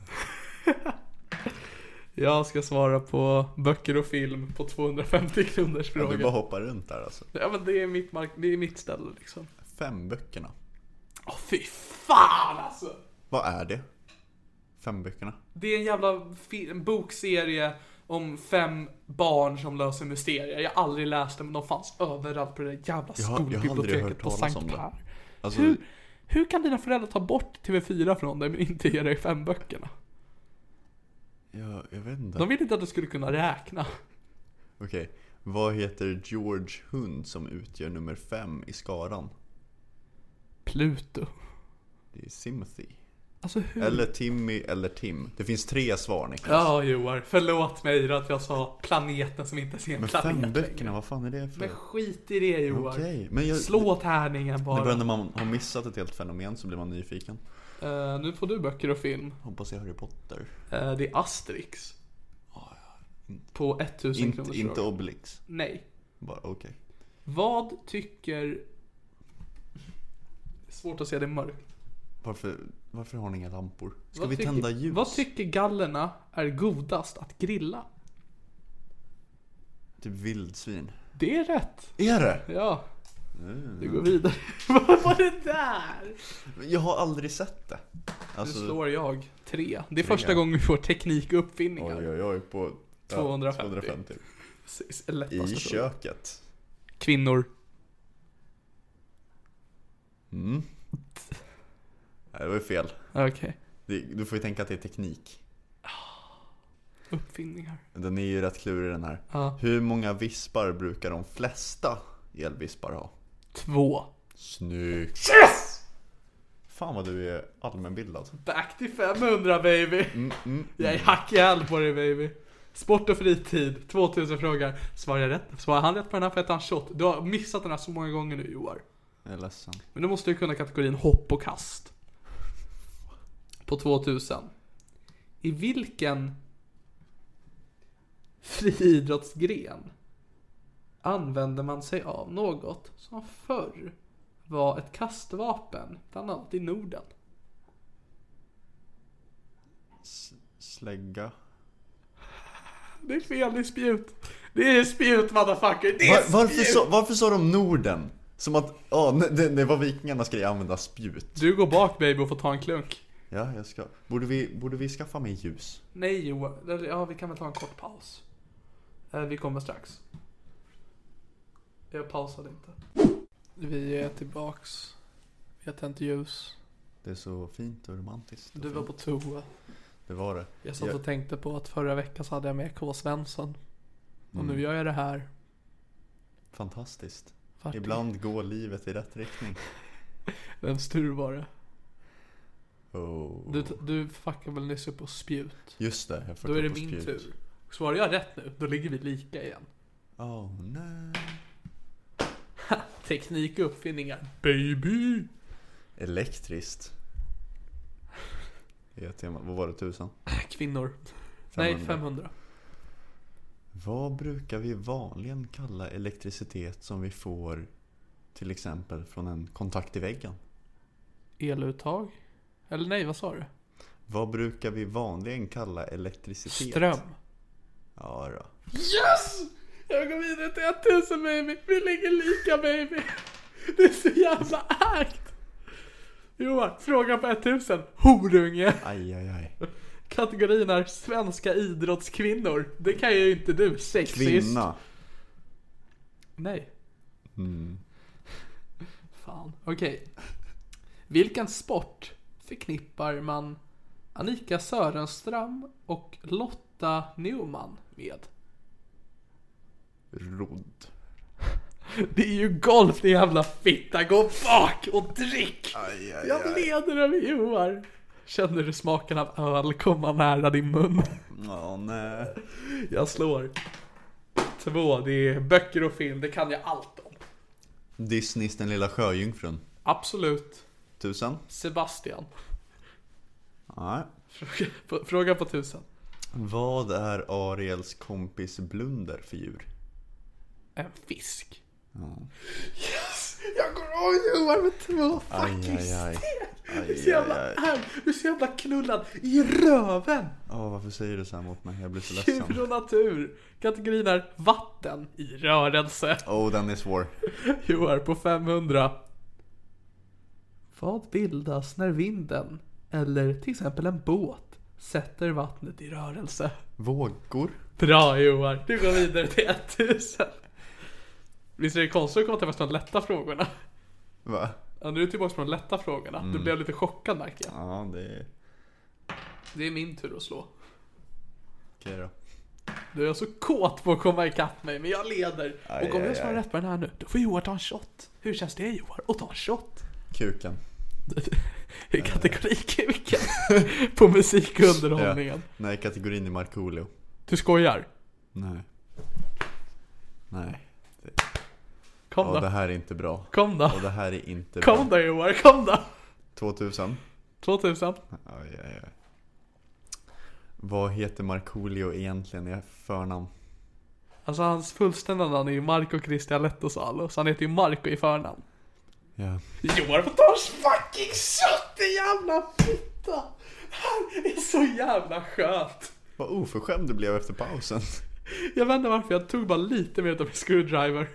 Speaker 1: Jag ska svara på böcker och film på 250 kronors
Speaker 2: Ja,
Speaker 1: fråga.
Speaker 2: du bara hoppar runt där alltså.
Speaker 1: Ja men det är mitt, mark- det är mitt ställe liksom.
Speaker 2: Fem böckerna.
Speaker 1: Åh fy fan alltså!
Speaker 2: Vad är det? Fem böckerna?
Speaker 1: Det är en jävla fi- en bokserie om fem barn som löser mysterier. Jag har aldrig läst den men de fanns överallt på det där jävla
Speaker 2: Jag har- jag har aldrig hört
Speaker 1: skolbiblioteket på
Speaker 2: talas om
Speaker 1: Sankt
Speaker 2: det.
Speaker 1: Per.
Speaker 2: Alltså,
Speaker 1: Hur, hur kan dina föräldrar ta bort TV4 från dig men inte ge dig fem böckerna?
Speaker 2: jag, jag vet inte.
Speaker 1: De ville inte att du skulle kunna räkna.
Speaker 2: Okej. Vad heter George Hund som utgör nummer fem i skaran?
Speaker 1: Pluto.
Speaker 2: Det är Timothy.
Speaker 1: Alltså hur?
Speaker 2: Eller Timmy eller Tim. Det finns tre svar Niklas.
Speaker 1: Ja Joar, förlåt mig att jag sa planeten som inte ens är en
Speaker 2: Men
Speaker 1: planet
Speaker 2: fem
Speaker 1: längre.
Speaker 2: böckerna, vad fan är det för?
Speaker 1: Men skit i det Joar.
Speaker 2: Okej, men jag-
Speaker 1: Slå tärningen
Speaker 2: Det är
Speaker 1: bara.
Speaker 2: bara när man har missat ett helt fenomen så blir man nyfiken.
Speaker 1: Eh, nu får du böcker och film.
Speaker 2: Hoppas jag Harry Potter.
Speaker 1: Eh, det är Asterix. På 1000
Speaker 2: Inte,
Speaker 1: kronors
Speaker 2: inte
Speaker 1: fråga.
Speaker 2: Obelix.
Speaker 1: Nej.
Speaker 2: Bara okej.
Speaker 1: Vad tycker... Svårt att se det i mörkt.
Speaker 2: Varför, varför har ni inga lampor? Ska
Speaker 1: Vad
Speaker 2: vi
Speaker 1: tycker-
Speaker 2: tända ljus?
Speaker 1: Vad tycker gallerna är godast att grilla?
Speaker 2: typ vildsvin.
Speaker 1: Det är rätt.
Speaker 2: Är det?
Speaker 1: Ja.
Speaker 2: Mm.
Speaker 1: Du går vidare. Vad var det där?
Speaker 2: Jag har aldrig sett det.
Speaker 1: Nu
Speaker 2: Alltså,
Speaker 1: slår jag tre. Det är första gången vi får teknik och uppfinningar.
Speaker 2: Oj, oj, oj. På ja,
Speaker 1: 250.
Speaker 2: 250.
Speaker 1: Precis, lättaste frågan.
Speaker 2: I köket.
Speaker 1: Kvinnor.
Speaker 2: Nej, det var ju fel.
Speaker 1: Okej.
Speaker 2: Det, du får ju tänka att det är teknik.
Speaker 1: Uppfinningar.
Speaker 2: Den är ju rätt klurig den här.
Speaker 1: Ja.
Speaker 2: Hur många vispar brukar de flesta elvispar ha?
Speaker 1: Två.
Speaker 2: Snyggt! Yes! Fan vad du är allmänbildad.
Speaker 1: Back till 500 baby. Jag är hack i all på dig baby. Sport och fritid. 2000 frågor. Svarar jag rätt? Svarar han rätt på den här får jag ta en shot. Du har missat den här så många gånger nu Joar.
Speaker 2: Jag är ledsen.
Speaker 1: Men då måste du kunna kategorin hopp och kast. på 2000. I vilken friidrottsgren använder man sig av något som förr var ett kastvapen, bland annat i Norden?
Speaker 2: Slägga.
Speaker 1: Det är fel, det är spjut. Det är spjut motherfucker, det är
Speaker 2: Var, varför, sa, varför sa de Norden? Som att, ja, ne- det, det var vikingarnas grej att använda spjut.
Speaker 1: Du går bak baby och får ta en klunk.
Speaker 2: Ja, jag ska. Borde vi, borde vi skaffa mer ljus?
Speaker 1: Nej Johan, Eller, ja vi kan väl ta en kort paus. Eh, Vi kommer strax. Jag pausade inte. Vi är tillbaks. Vi har tänt ljus.
Speaker 2: Det är så fint och romantiskt. och
Speaker 1: Du var
Speaker 2: fint.
Speaker 1: på toa.
Speaker 2: Det var det.
Speaker 1: Jag satt
Speaker 2: Jag-
Speaker 1: och tänkte på att förra veckan så hade jag med K. Svensson. Och nu gör jag det här.
Speaker 2: Fantastiskt.
Speaker 1: Vart-
Speaker 2: Ibland går livet i rätt riktning.
Speaker 1: Vems tur var det?
Speaker 2: Oh.
Speaker 1: Du, du fuckade väl nyss upp på spjut?
Speaker 2: Just det, jag får
Speaker 1: Då är
Speaker 2: ta
Speaker 1: det
Speaker 2: på
Speaker 1: min
Speaker 2: spjut.
Speaker 1: tur. Svarar jag rätt nu, då ligger vi lika igen.
Speaker 2: Oh, nej.
Speaker 1: Teknik och uppfinningar. Baby!
Speaker 2: Elektriskt. E Det är ett tema. Vad var det, tusen?
Speaker 1: Kvinnor. Nej, 500.
Speaker 2: Vad brukar vi vanligen kalla elektricitet som vi får till exempel från en kontakt i väggen?
Speaker 1: Eluttag? Eller nej, vad sa du?
Speaker 2: Vad brukar vi vanligen kalla elektricitet?
Speaker 1: Ström.
Speaker 2: Ja då.
Speaker 1: Yes! Jag går vidare till 1000 baby. Vi ligger lika baby. Det är så jävla ägt. Johan, fråga på 1000. Horunge.
Speaker 2: Aj, aj, aj.
Speaker 1: Kategorin är svenska idrottskvinnor. Det kan ju inte du, sexist.
Speaker 2: Kvinna.
Speaker 1: Nej.
Speaker 2: Mm.
Speaker 1: Fan, okej. Vilken sport förknippar man Annika Sörenström och Lotta Neumann med?
Speaker 2: Rodd.
Speaker 1: Det är ju golf din jävla fitta, gå bak och drick!
Speaker 2: Aj, aj,
Speaker 1: Jag leder över Johan! Känner du smaken av öl komma nära din mun?
Speaker 2: Ja, nej.
Speaker 1: Jag slår. Två, det är böcker och film, det kan jag allt om.
Speaker 2: Disneys Den lilla sjöjungfrun.
Speaker 1: Absolut.
Speaker 2: Tusen?
Speaker 1: Sebastian.
Speaker 2: Nej.
Speaker 1: Fråga på, fråga på tusen.
Speaker 2: Vad är Ariels kompis Blunder för djur?
Speaker 1: En fisk. Yes! Jag går av Johan med två fucking
Speaker 2: aj, aj.
Speaker 1: steg! Du är så
Speaker 2: Aj, aj,
Speaker 1: jävla
Speaker 2: aj.
Speaker 1: arg, du är så jävla knullad i röven!
Speaker 2: Åh, varför säger du så här mot mig? Jag blir så
Speaker 1: Djur
Speaker 2: ledsen.
Speaker 1: och natur. Kategorin är vatten i rörelse.
Speaker 2: Åh, oh, den är svår.
Speaker 1: Johan på 500. Vad bildas när vinden, eller till exempel en båt, sätter vattnet i rörelse?
Speaker 2: Vågor?
Speaker 1: Bra Johan, du går vidare till 1000. Visst är det konstigt att komma tillbaka till de lätta frågorna?
Speaker 2: Va?
Speaker 1: Ja, nu är du tillbaka på de lätta frågorna.
Speaker 2: Mm.
Speaker 1: Du blev lite chockad märkte jag.
Speaker 2: Ja, det är...
Speaker 1: Det är min tur att slå.
Speaker 2: Okej då.
Speaker 1: Du är så kåt på att komma ikapp mig, men jag leder.
Speaker 2: Aj,
Speaker 1: och om jag
Speaker 2: aj,
Speaker 1: svarar
Speaker 2: aj.
Speaker 1: rätt på den här nu, då får Johan ta en shot. Hur känns det Johan, att ta en shot?
Speaker 2: Kuken.
Speaker 1: I
Speaker 2: Äh.
Speaker 1: kategorikuken. på musik och underhållningen.
Speaker 2: Nej, kategorin är Markoolio.
Speaker 1: Du skojar?
Speaker 2: Nej. Nej.
Speaker 1: Kom
Speaker 2: Ja,
Speaker 1: då.
Speaker 2: det här är inte bra.
Speaker 1: Kom då.
Speaker 2: Och det här är inte
Speaker 1: Kom
Speaker 2: bra.
Speaker 1: då Johan, kom då.
Speaker 2: 2000.
Speaker 1: 2000.
Speaker 2: Aj, aj, aj. Vad heter Markoolio egentligen i förnamn?
Speaker 1: Alltså hans fullständiga namn är ju Marco Cristian Lettosalo, så han heter ju Marco i förnamn.
Speaker 2: Ja.
Speaker 1: Johan får ta oss fucking kött i jävla fitta! Här är så jävla skönt!
Speaker 2: Vad oförskämd du blev efter pausen.
Speaker 1: Jag vet inte varför, jag tog bara lite mer av min screwdriver.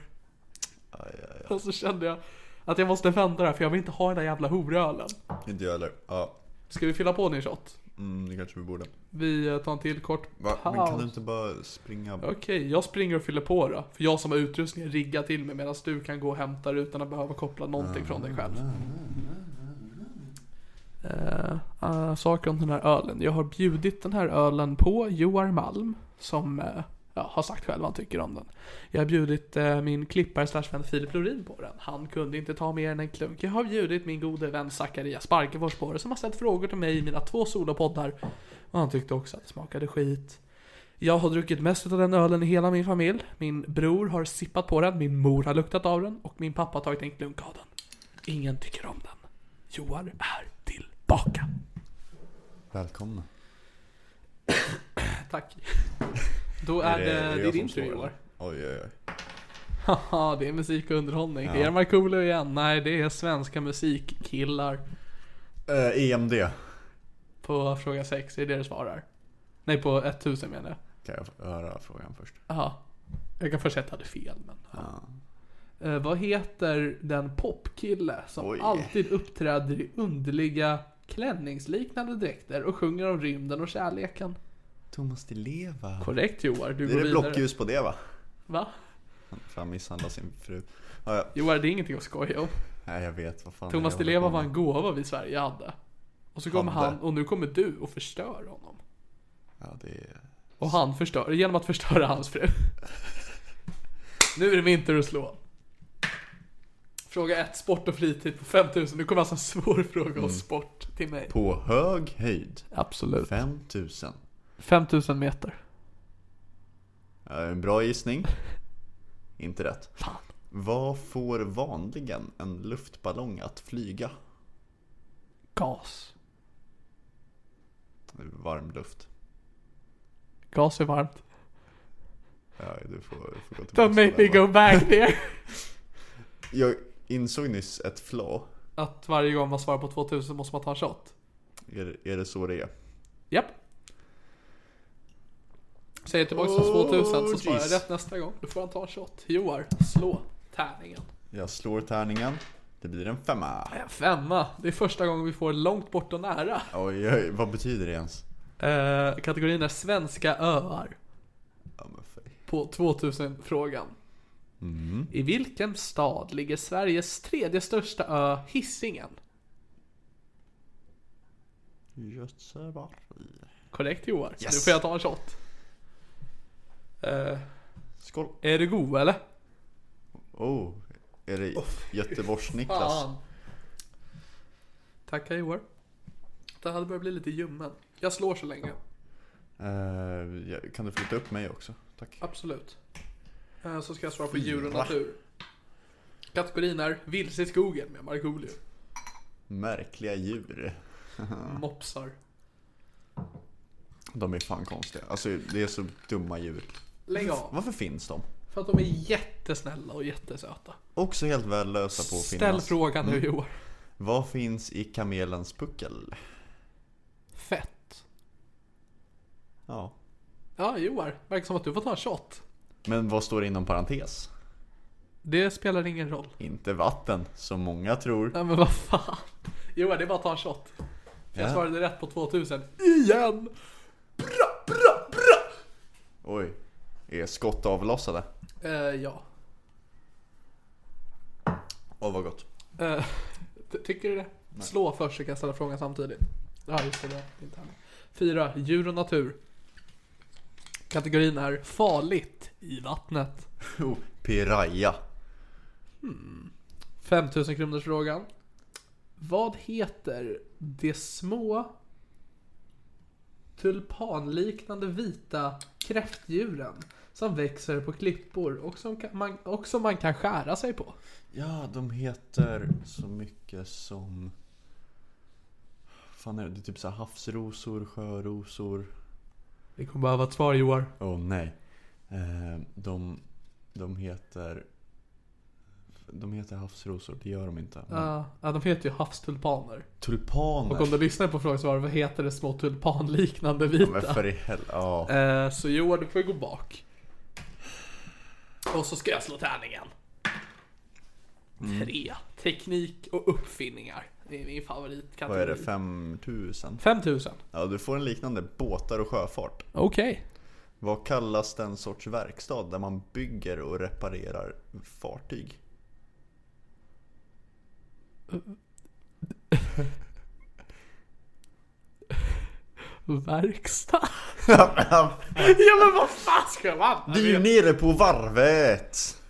Speaker 2: Aj, aj,
Speaker 1: Och så kände jag att jag måste vända det här för jag vill inte ha den där jävla horölen.
Speaker 2: aj. Inte jag heller. Ja,
Speaker 1: Ska vi fylla på din shot?
Speaker 2: mm, det kanske vi borde.
Speaker 1: Vi eh, tar en till kort
Speaker 2: Va?
Speaker 1: paus.
Speaker 2: Men kan du inte bara springa?
Speaker 1: Okej, jag springer och fyller på då. För jag som har utrustningen riggar till mig medan du kan gå och hämta det utan att behöva koppla någonting från dig själv. Uh, saker om den här ölen. Jag har bjudit den här ölen på Joar Malm, som eh, ja, har sagt själv vad han tycker om den. Jag har bjudit eh, min klippare slash vän Filip Lorin på den. Han kunde inte ta mer än en klunk. Jag har bjudit min gode vän Zacharias Barkefors på den, som har ställt frågor till mig i mina två solopoddar. Och han tyckte också att det smakade skit. Jag har druckit mest av den ölen i hela min familj. Min bror har sippat på den, min mor har luktat av den och min pappa har tagit en klunk av den. Ingen tycker om den. Joar är tillbaka.
Speaker 2: Välkomna.
Speaker 1: Tack. Då är det, det, är
Speaker 2: jag
Speaker 1: din
Speaker 2: som
Speaker 1: tur i
Speaker 2: slår,
Speaker 1: år.
Speaker 2: eller? Oj, oj, oj.
Speaker 1: Haha, det är musik och underhållning. Det är Markoolio igen. Nej, det är svenska musikkillar.
Speaker 2: Eh, EMD.
Speaker 1: På fråga 6, är det du svarar? Nej, på 1000 menar jag.
Speaker 2: Kan jag få höra frågan först?
Speaker 1: Jaha. Jag kan först säga att jag hade fel, men... Ja. Eh, vad heter den popkille som
Speaker 2: Oj.
Speaker 1: alltid uppträder i underliga klänningsliknande dräkter och sjunger om rymden och kärleken?
Speaker 2: Thomas Di Leva.
Speaker 1: Korrekt Joar, du
Speaker 2: Det
Speaker 1: går
Speaker 2: är det
Speaker 1: vidare.
Speaker 2: blockljus på det va?
Speaker 1: Va?
Speaker 2: För han misshandlade sin fru. Ja, ja.
Speaker 1: Joar, det är ingenting att skoja om.
Speaker 2: Nej, jag vet vad fan
Speaker 1: Thomas
Speaker 2: jag
Speaker 1: Di
Speaker 2: håller
Speaker 1: Leva
Speaker 2: på
Speaker 1: var
Speaker 2: med.
Speaker 1: en gåva vi i Sverige hade. Och så kommer
Speaker 2: Hade.
Speaker 1: han, och nu kommer du och förstör honom.
Speaker 2: Ja, det är...
Speaker 1: Och han förstör, genom att förstöra hans fru. Nu är det min tur att slå. Fråga 1, sport och fritid på 5000. Nu kommer alltså en svår fråga om sport till mig.
Speaker 2: Mm. På hög höjd.
Speaker 1: Absolut.
Speaker 2: 5000.
Speaker 1: 5000 meter.
Speaker 2: Ja, En bra gissning. Inte rätt.
Speaker 1: Fan.
Speaker 2: Vad får vanligen en luftballong att flyga?
Speaker 1: Gas.
Speaker 2: Varm luft.
Speaker 1: Gas är varmt.
Speaker 2: Ja, du får, du får gå tillbaka
Speaker 1: Don't make me
Speaker 2: till den,
Speaker 1: go
Speaker 2: va?
Speaker 1: back there.
Speaker 2: Jag insåg nyss ett flaw.
Speaker 1: Att varje gång man svarar på 2000 måste man ta en shot.
Speaker 2: Är, är det så det är?
Speaker 1: Japp. Säger tillbaka till 2000 så svarar jag
Speaker 2: jeez.
Speaker 1: rätt nästa gång. Då får han ta en shot. Joar, slå tärningen.
Speaker 2: Jag slår tärningen. Det blir en femma.
Speaker 1: En femma. Det är första gången vi får långt bort och nära.
Speaker 2: Oj, oj, vad betyder det ens?
Speaker 1: Eh, kategorin är svenska öar
Speaker 2: Ja, men för- Mm.
Speaker 1: på 2000-frågan. I vilken stad ligger Sveriges tredje största ö, Hisingen?
Speaker 2: Göteborg.
Speaker 1: Korrekt Joar.
Speaker 2: Yes.
Speaker 1: Nu får jag ta en shot. Eh,
Speaker 2: Skål.
Speaker 1: är du god eller?
Speaker 2: Oh, är det Göteborgs-Niklas?
Speaker 1: Tackar Joar. Den hade börjat bli lite ljummen. Jag slår så länge.
Speaker 2: Eh, jag- kan du flytta upp mig också? Tack.
Speaker 1: Absolut. Eh, Så ska jag svara på
Speaker 2: Fyra.
Speaker 1: djur och natur. Kategorin är vilse i skogen med Markoolio.
Speaker 2: Märkliga djur.
Speaker 1: Mopsar.
Speaker 2: De är fan konstiga. Alltså, det är så dumma djur.
Speaker 1: Lägg av.
Speaker 2: Varför finns de?
Speaker 1: För att de är jättesnälla och jättesöta.
Speaker 2: Också helt värdelösa på att
Speaker 1: Ställ
Speaker 2: finnas. Mm.
Speaker 1: frågan nu Joar.
Speaker 2: Vad finns i kamelens puckel?
Speaker 1: Fett.
Speaker 2: Ja.
Speaker 1: Ja Joar, verkar som att du får ta en shot.
Speaker 2: Men vad står det inom parentes?
Speaker 1: Det spelar ingen roll.
Speaker 2: Inte vatten, som många tror.
Speaker 1: Nej men vad fan. Joar, det är bara att ta en shot. Jag
Speaker 2: Ja.
Speaker 1: svarade rätt på 2000. Igen! Bra, bra, bra!
Speaker 2: Oj. Är skott avlossade?
Speaker 1: Eh, ja.
Speaker 2: Åh, vad gott.
Speaker 1: Eh, ty- tycker du det? Slå först så kan jag ställa frågan samtidigt. Ja, just det. det är inte han. Fyra, djur och natur. Kategorin är farligt i vattnet.
Speaker 2: Oh, piraya.
Speaker 1: 5000 kronors frågan. Vad heter de små tulpanliknande vita kräftdjuren som växer på klippor och som, kan, man, och som man kan skära sig på?
Speaker 2: Ja, de heter så mycket som... Fan är det? Det är typ så här havsrosor, sjörosor.
Speaker 1: Vi kommer behöva ett svar Joar.
Speaker 2: Åh oh, nej. Eh, de, de heter... De heter havsrosor, det gör de inte. Men
Speaker 1: Ja, ja, de heter ju havstulpaner. Och
Speaker 2: Tulpaner.
Speaker 1: om du lyssnar på frågan så var det, vad heter det små tulpanliknande
Speaker 2: Men
Speaker 1: vita?
Speaker 2: för i hel... Ja.
Speaker 1: eh, så Joar, du får gå bak. Och så ska jag slå tärningen.
Speaker 2: Mm.
Speaker 1: Tre. Teknik och uppfinningar. Det är min favoritkategori.
Speaker 2: Vad är det? 5000?
Speaker 1: 5000.
Speaker 2: Ja, du får en liknande båtar och sjöfart.
Speaker 1: Okej.
Speaker 2: Vad kallas den sorts verkstad där man bygger och reparerar fartyg?
Speaker 1: Verkstad. ja men vad fan ska man?
Speaker 2: Du är ju nere på varvet!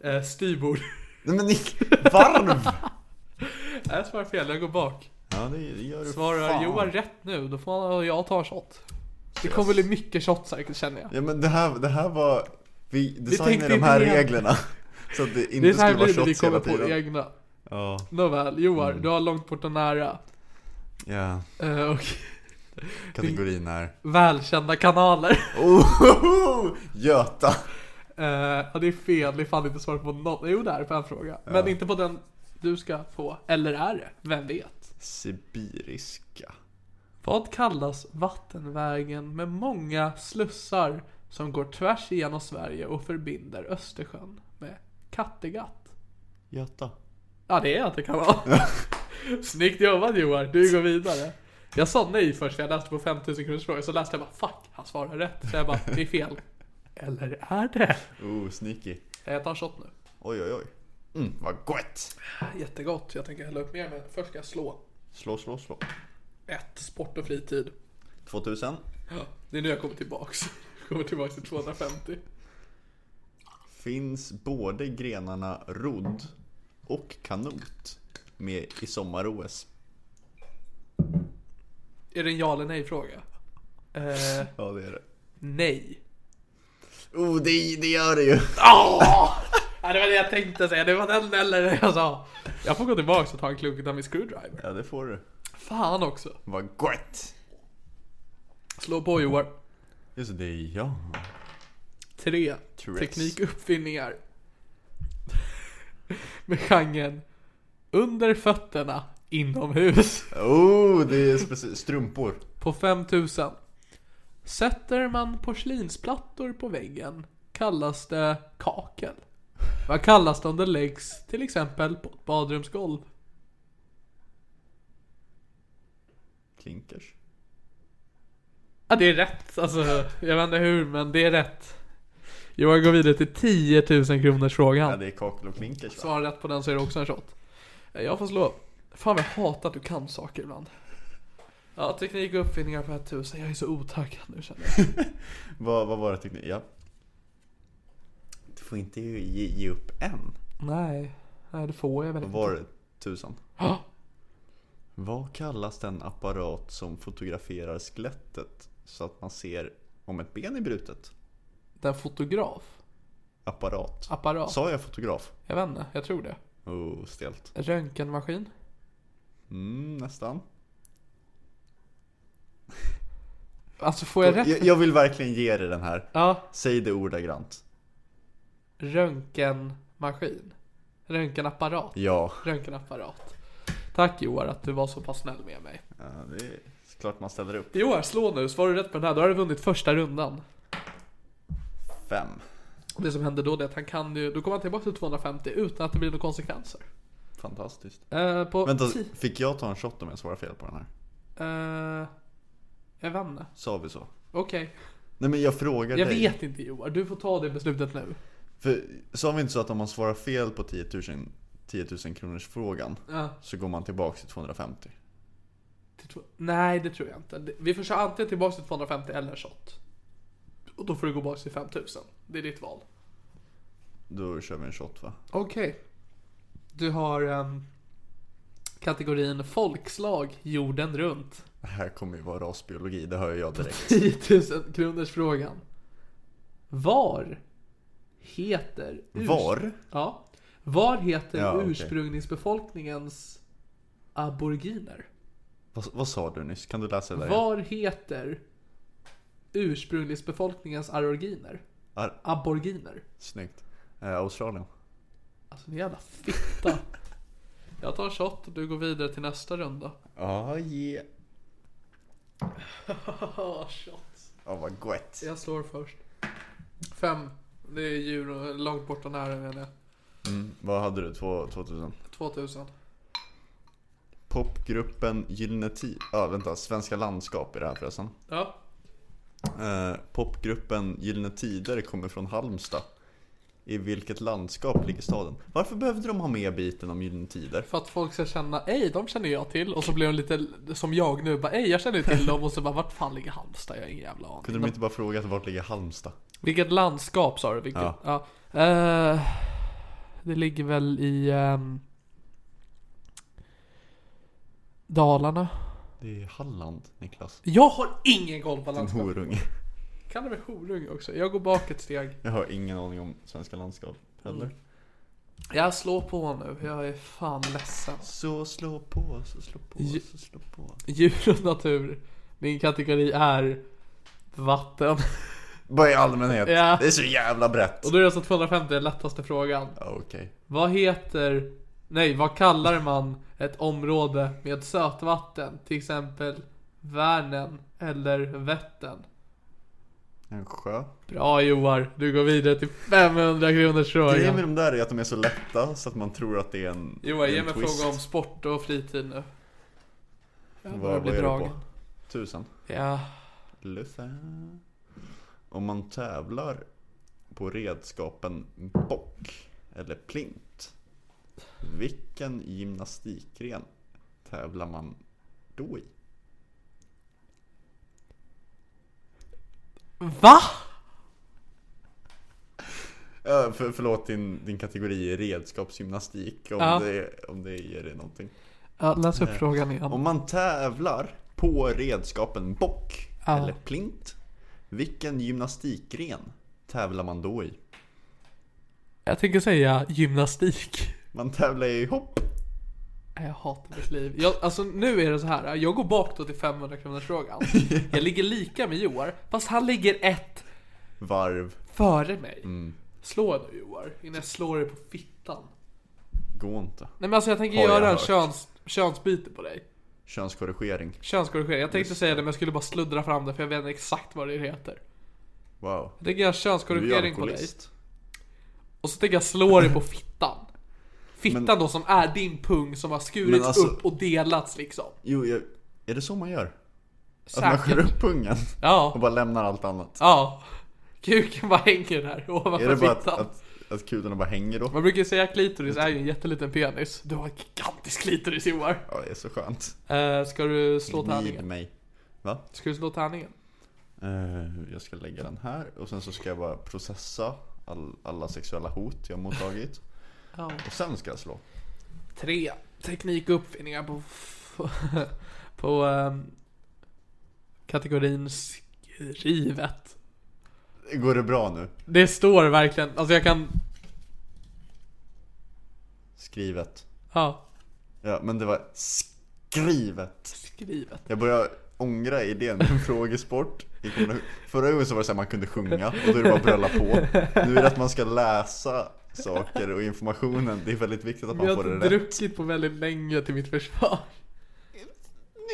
Speaker 1: Eh, styrbord.
Speaker 2: Nej men varv!
Speaker 1: Jag svarar fel, jag går bak.
Speaker 2: Ja det gör du
Speaker 1: Svarar
Speaker 2: fan.
Speaker 1: Johan rätt nu, då får jag ta en shot. Det kommer bli mycket shots här känner jag.
Speaker 2: Ja men det här, det här var... Vi
Speaker 1: tänkte
Speaker 2: designade de
Speaker 1: inte
Speaker 2: här
Speaker 1: igenom.
Speaker 2: reglerna. Så att det
Speaker 1: Det är
Speaker 2: inte
Speaker 1: så här
Speaker 2: skulle
Speaker 1: blir det,
Speaker 2: vara
Speaker 1: vi
Speaker 2: shots
Speaker 1: kommer
Speaker 2: hela
Speaker 1: på
Speaker 2: tiden.
Speaker 1: egna.
Speaker 2: Ja.
Speaker 1: Nåväl, Joar, du har långt borta nära.
Speaker 2: Ja,
Speaker 1: Eh, och
Speaker 2: kategorin är...
Speaker 1: välkända kanaler.
Speaker 2: Oh, Göta!
Speaker 1: Eh, ja, det är fel, det är fan inte svar på något. Jo, det är på en fråga. Men inte på den du ska få. Eller är det? Vem vet?
Speaker 2: Sibiriska.
Speaker 1: Vad kallas vattenvägen med många slussar som går tvärs igenom Sverige och förbinder Östersjön med Kattegatt?
Speaker 2: Göta.
Speaker 1: Ja, det är att det kan vara. Snyggt jobbat Johan, du går vidare. Jag sa nej först för jag läste på 5000 kronors fråga, så läste jag bara fuck, han svarar rätt. Så jag bara, det är fel. Eller är det?
Speaker 2: Oh, sneaky.
Speaker 1: Jag tar en shot nu.
Speaker 2: Oj, oj, oj. Mm, vad gott!
Speaker 1: Jättegott, jag tänker hälla upp mer men först ska jag slå.
Speaker 2: Slå, slå, slå.
Speaker 1: Ett, sport och fritid.
Speaker 2: 2000.
Speaker 1: Ja, det är nu jag kommer tillbaks. Kommer tillbaks till 250.
Speaker 2: Finns både grenarna rodd och kanot med i sommar-OS?
Speaker 1: Är det en ja eller nej fråga? Eh,
Speaker 2: Ja, det är det.
Speaker 1: nej.
Speaker 2: Oh, det, det gör det ju!
Speaker 1: Ja, det var det jag tänkte säga, det var den eller det jag sa. Jag får gå tillbaks och ta en klunk av min screwdriver.
Speaker 2: Ja, det får du.
Speaker 1: Fan också.
Speaker 2: Vad gott!
Speaker 1: Slå på Johan.
Speaker 2: Just det, det är jag.
Speaker 1: Tre.
Speaker 2: Tourettes.
Speaker 1: Teknikuppfinningar. Med genren Under fötterna inomhus.
Speaker 2: Oh, det är speciellt. Strumpor.
Speaker 1: På 5000. Sätter man porslinsplattor på väggen kallas det kakel. Vad kallas det om det läggs till exempel på ett badrumsgolv?
Speaker 2: Klinkers.
Speaker 1: Ja, det är rätt. Alltså, jag vet inte hur, men det är rätt. Johan går vidare till 10 000 kronors frågan.
Speaker 2: Ja, det är kakel och klinkers va?
Speaker 1: Svarar rätt på den så är det också en shot. Eh, Jag får slå. Fan vad jag hatar att du kan saker ibland. Ja, teknik och uppfinningar på 1000. Jag är så otaggad nu känner jag.
Speaker 2: Vad, vad var det teknik? Ja. Du får inte ge, ge ge upp än.
Speaker 1: Nej, nej det får jag väl
Speaker 2: Vad
Speaker 1: inte.
Speaker 2: var det? Tusen.
Speaker 1: Ja,
Speaker 2: Vad kallas den apparat som fotograferar skelettet så att man ser om ett ben är brutet?
Speaker 1: Den fotograf.
Speaker 2: Apparat.
Speaker 1: Apparat.
Speaker 2: Sa jag fotograf?
Speaker 1: Jag vet inte, jag tror det.
Speaker 2: Oh, stelt.
Speaker 1: Röntgenmaskin.
Speaker 2: Mm, nästan.
Speaker 1: Alltså får jag rätt?
Speaker 2: Jag, jag vill verkligen ge dig den här.
Speaker 1: Ja,
Speaker 2: Säg det ordagrant.
Speaker 1: röntgenmaskin. Röntgenapparat.
Speaker 2: Ja.
Speaker 1: Röntgenapparat. Tack Joar att du var så pass snäll med mig.
Speaker 2: ja, det är klart man ställer upp.
Speaker 1: Joar, slå nu. Svarar du rätt på den här, då har du vunnit första rundan.
Speaker 2: Fem.
Speaker 1: Och det som händer då det är att han kan ju, då kommer han tillbaka till 250 utan att det blir några konsekvenser.
Speaker 2: Fantastiskt.
Speaker 1: Eh, på
Speaker 2: Vänta,
Speaker 1: ti-
Speaker 2: fick jag ta en shot om jag svarade fel på den här?
Speaker 1: eh, jag vet inte.
Speaker 2: Sa vi så?
Speaker 1: Okej.
Speaker 2: Nej men jag frågar
Speaker 1: Jag
Speaker 2: dig.
Speaker 1: vet inte Joar, du får ta det beslutet nu.
Speaker 2: För sa vi inte så att om man svarar fel på 10 000, 10 000 kronors frågan
Speaker 1: Ja.
Speaker 2: så går man tillbaks till 250?
Speaker 1: Till två- Nej, det tror jag inte. Det- Vi får köra antingen tillbaka till 250 eller en shot. Och då får du gå tillbaka till 5000. Det är ditt val.
Speaker 2: Då kör vi en shot va?
Speaker 1: Okej. Du har ehm, kategorin folkslag jorden runt.
Speaker 2: Det här kommer ju vara rasbiologi, det hör ju jag direkt.
Speaker 1: 10 000 kronors frågan. Var heter... urs-
Speaker 2: Var?
Speaker 1: Ja. Var heter
Speaker 2: Ja, okej.
Speaker 1: ursprungsbefolkningens aboriginer?
Speaker 2: Vad, vad sa du nyss? Kan du läsa det där igen?
Speaker 1: Var heter ursprungsbefolkningens aboriginer?
Speaker 2: Ar-
Speaker 1: Aboriginer.
Speaker 2: Snyggt. Eh, Australien.
Speaker 1: Alltså en jävla fitta. Jag tar en shot och du går vidare till nästa runda.
Speaker 2: Ja, ge.
Speaker 1: Haha, Ah, shot.
Speaker 2: Ja, vad gott.
Speaker 1: Jag slår först. Fem. Det är djur och långt borta nära menar jag.
Speaker 2: Vad hade du? Två- 2000?
Speaker 1: 2000.
Speaker 2: Popgruppen Gyllene Tid... Ja, vänta. Svenska landskap är det här förresten.
Speaker 1: Ja.
Speaker 2: Eh, popgruppen Gyllene Tider kommer från Halmstad. I vilket landskap ligger staden? Varför behövde de ha med biten om Gyllene Tider?
Speaker 1: För att folk ska känna, ej de känner jag till. Och så blir de lite som jag nu, bara ej jag känner till dem. Och så bara vart fan ligger Halmstad? Jag har ingen jävla aning.
Speaker 2: Kunde de inte bara fråga vart ligger Halmstad?
Speaker 1: Vilket landskap sa du? Vilket, ja.
Speaker 2: Ja.
Speaker 1: Eh, det ligger väl i ehm, Dalarna.
Speaker 2: Det är Halland, Niklas.
Speaker 1: Jag har ingen koll på
Speaker 2: En
Speaker 1: landskap.
Speaker 2: horunge. Mm.
Speaker 1: Kallar mig horunge också. Jag går bak ett steg.
Speaker 2: Jag har ingen aning om svenska landskap heller.
Speaker 1: Jag slår på nu, jag är fan ledsen.
Speaker 2: Så slå på, så slå på,
Speaker 1: Ju-
Speaker 2: så slå på.
Speaker 1: Djur och natur. Min kategori är vatten.
Speaker 2: Bara i allmänhet.
Speaker 1: Ja.
Speaker 2: Det är så jävla brett.
Speaker 1: Och då är det alltså 250 den lättaste frågan.
Speaker 2: Ja, Okej.
Speaker 1: Vad heter, nej vad kallar man ett område med sötvatten? Till exempel Värnen eller Vättern.
Speaker 2: En sjö.
Speaker 1: Bra Joar, du går vidare till 500 kronors
Speaker 2: Grejen med
Speaker 1: frågan.
Speaker 2: de där är att de är så lätta så att man tror att det är en
Speaker 1: Joar, ge
Speaker 2: en
Speaker 1: mig en
Speaker 2: twist.
Speaker 1: fråga om sport och fritid nu. Jag
Speaker 2: Vad-
Speaker 1: börjar bli
Speaker 2: vad är det
Speaker 1: dragen.
Speaker 2: på? Tusen.
Speaker 1: Ja,
Speaker 2: Luther. Om man tävlar på redskapen bock eller plint. Vilken gymnastikgren tävlar man då i?
Speaker 1: VA?
Speaker 2: Äh, för, förlåt, din, din kategori är redskapsgymnastik om,
Speaker 1: Ja.
Speaker 2: det, om det ger dig någonting.
Speaker 1: Ja, läs upp frågan igen.
Speaker 2: Om man tävlar på redskapen bock
Speaker 1: Ja.
Speaker 2: eller plint. Vilken gymnastikgren tävlar man då i?
Speaker 1: Jag tänker säga gymnastik.
Speaker 2: Man tävlar i hopp.
Speaker 1: Nej, Jag hatar mitt liv. Jag, alltså nu är det så här. jag går bakåt i 500 kronors frågan. Jag ligger lika med Joar, fast han ligger ett
Speaker 2: Varv.
Speaker 1: före mig.
Speaker 2: Mm.
Speaker 1: Slå nu Joar, innan jag slår dig på fittan.
Speaker 2: Gå inte.
Speaker 1: Nej men alltså jag tänker
Speaker 2: Har jag
Speaker 1: göra en
Speaker 2: hört.
Speaker 1: köns, könsbyte på dig.
Speaker 2: Könskorrigering.
Speaker 1: Könskorrigering. Jag tänkte säga det men jag skulle bara sluddra fram det för jag vet inte exakt vad det heter.
Speaker 2: Wow.
Speaker 1: Jag tänker göra en
Speaker 2: Du är
Speaker 1: könskorrigering på dig.
Speaker 2: alkoholist.
Speaker 1: Och så tänker jag slå dig på fittan. Fittan
Speaker 2: Men-
Speaker 1: då som är din pung som har skurits
Speaker 2: Men alltså-
Speaker 1: upp och delats liksom.
Speaker 2: Jo, jag... är det så man gör? Att man skär
Speaker 1: Säkert.
Speaker 2: upp pungen och
Speaker 1: Ja.
Speaker 2: bara lämnar allt annat?
Speaker 1: Ja. Kuken bara hänger där ovanför
Speaker 2: Är det bara att,
Speaker 1: fittan.
Speaker 2: att, att kulorna bara hänger då?
Speaker 1: Man brukar ju säga att klitoris är ju en jätteliten penis. Du har en gigantisk klitoris Joar.
Speaker 2: Ja, det är så skönt.
Speaker 1: Eh, ska du slå tärningen?
Speaker 2: Gnid mig. Va?
Speaker 1: Ska du slå tärningen?
Speaker 2: Eh, Jag ska lägga den här och sen så ska jag bara processa all, alla sexuella hot jag mottagit.
Speaker 1: Ja.
Speaker 2: Och sen ska jag slå.
Speaker 1: Tre teknik och uppfinningar på, på ehm, kategorin skrivet.
Speaker 2: Går det bra nu?
Speaker 1: Det står verkligen, alltså jag kan,
Speaker 2: Skrivet.
Speaker 1: ja,
Speaker 2: Ja, men det var skrivet.
Speaker 1: skrivet.
Speaker 2: Jag börjar ångra idén med en frågesport. I kombination- Förra gången så var det så här man kunde sjunga och då är det bara att brölla på. Nu är det att man ska läsa saker och informationen. Det är väldigt viktigt att
Speaker 1: Vi
Speaker 2: man
Speaker 1: har
Speaker 2: får
Speaker 1: inte
Speaker 2: det rätt.
Speaker 1: druckit på väldigt länge till mitt försvar.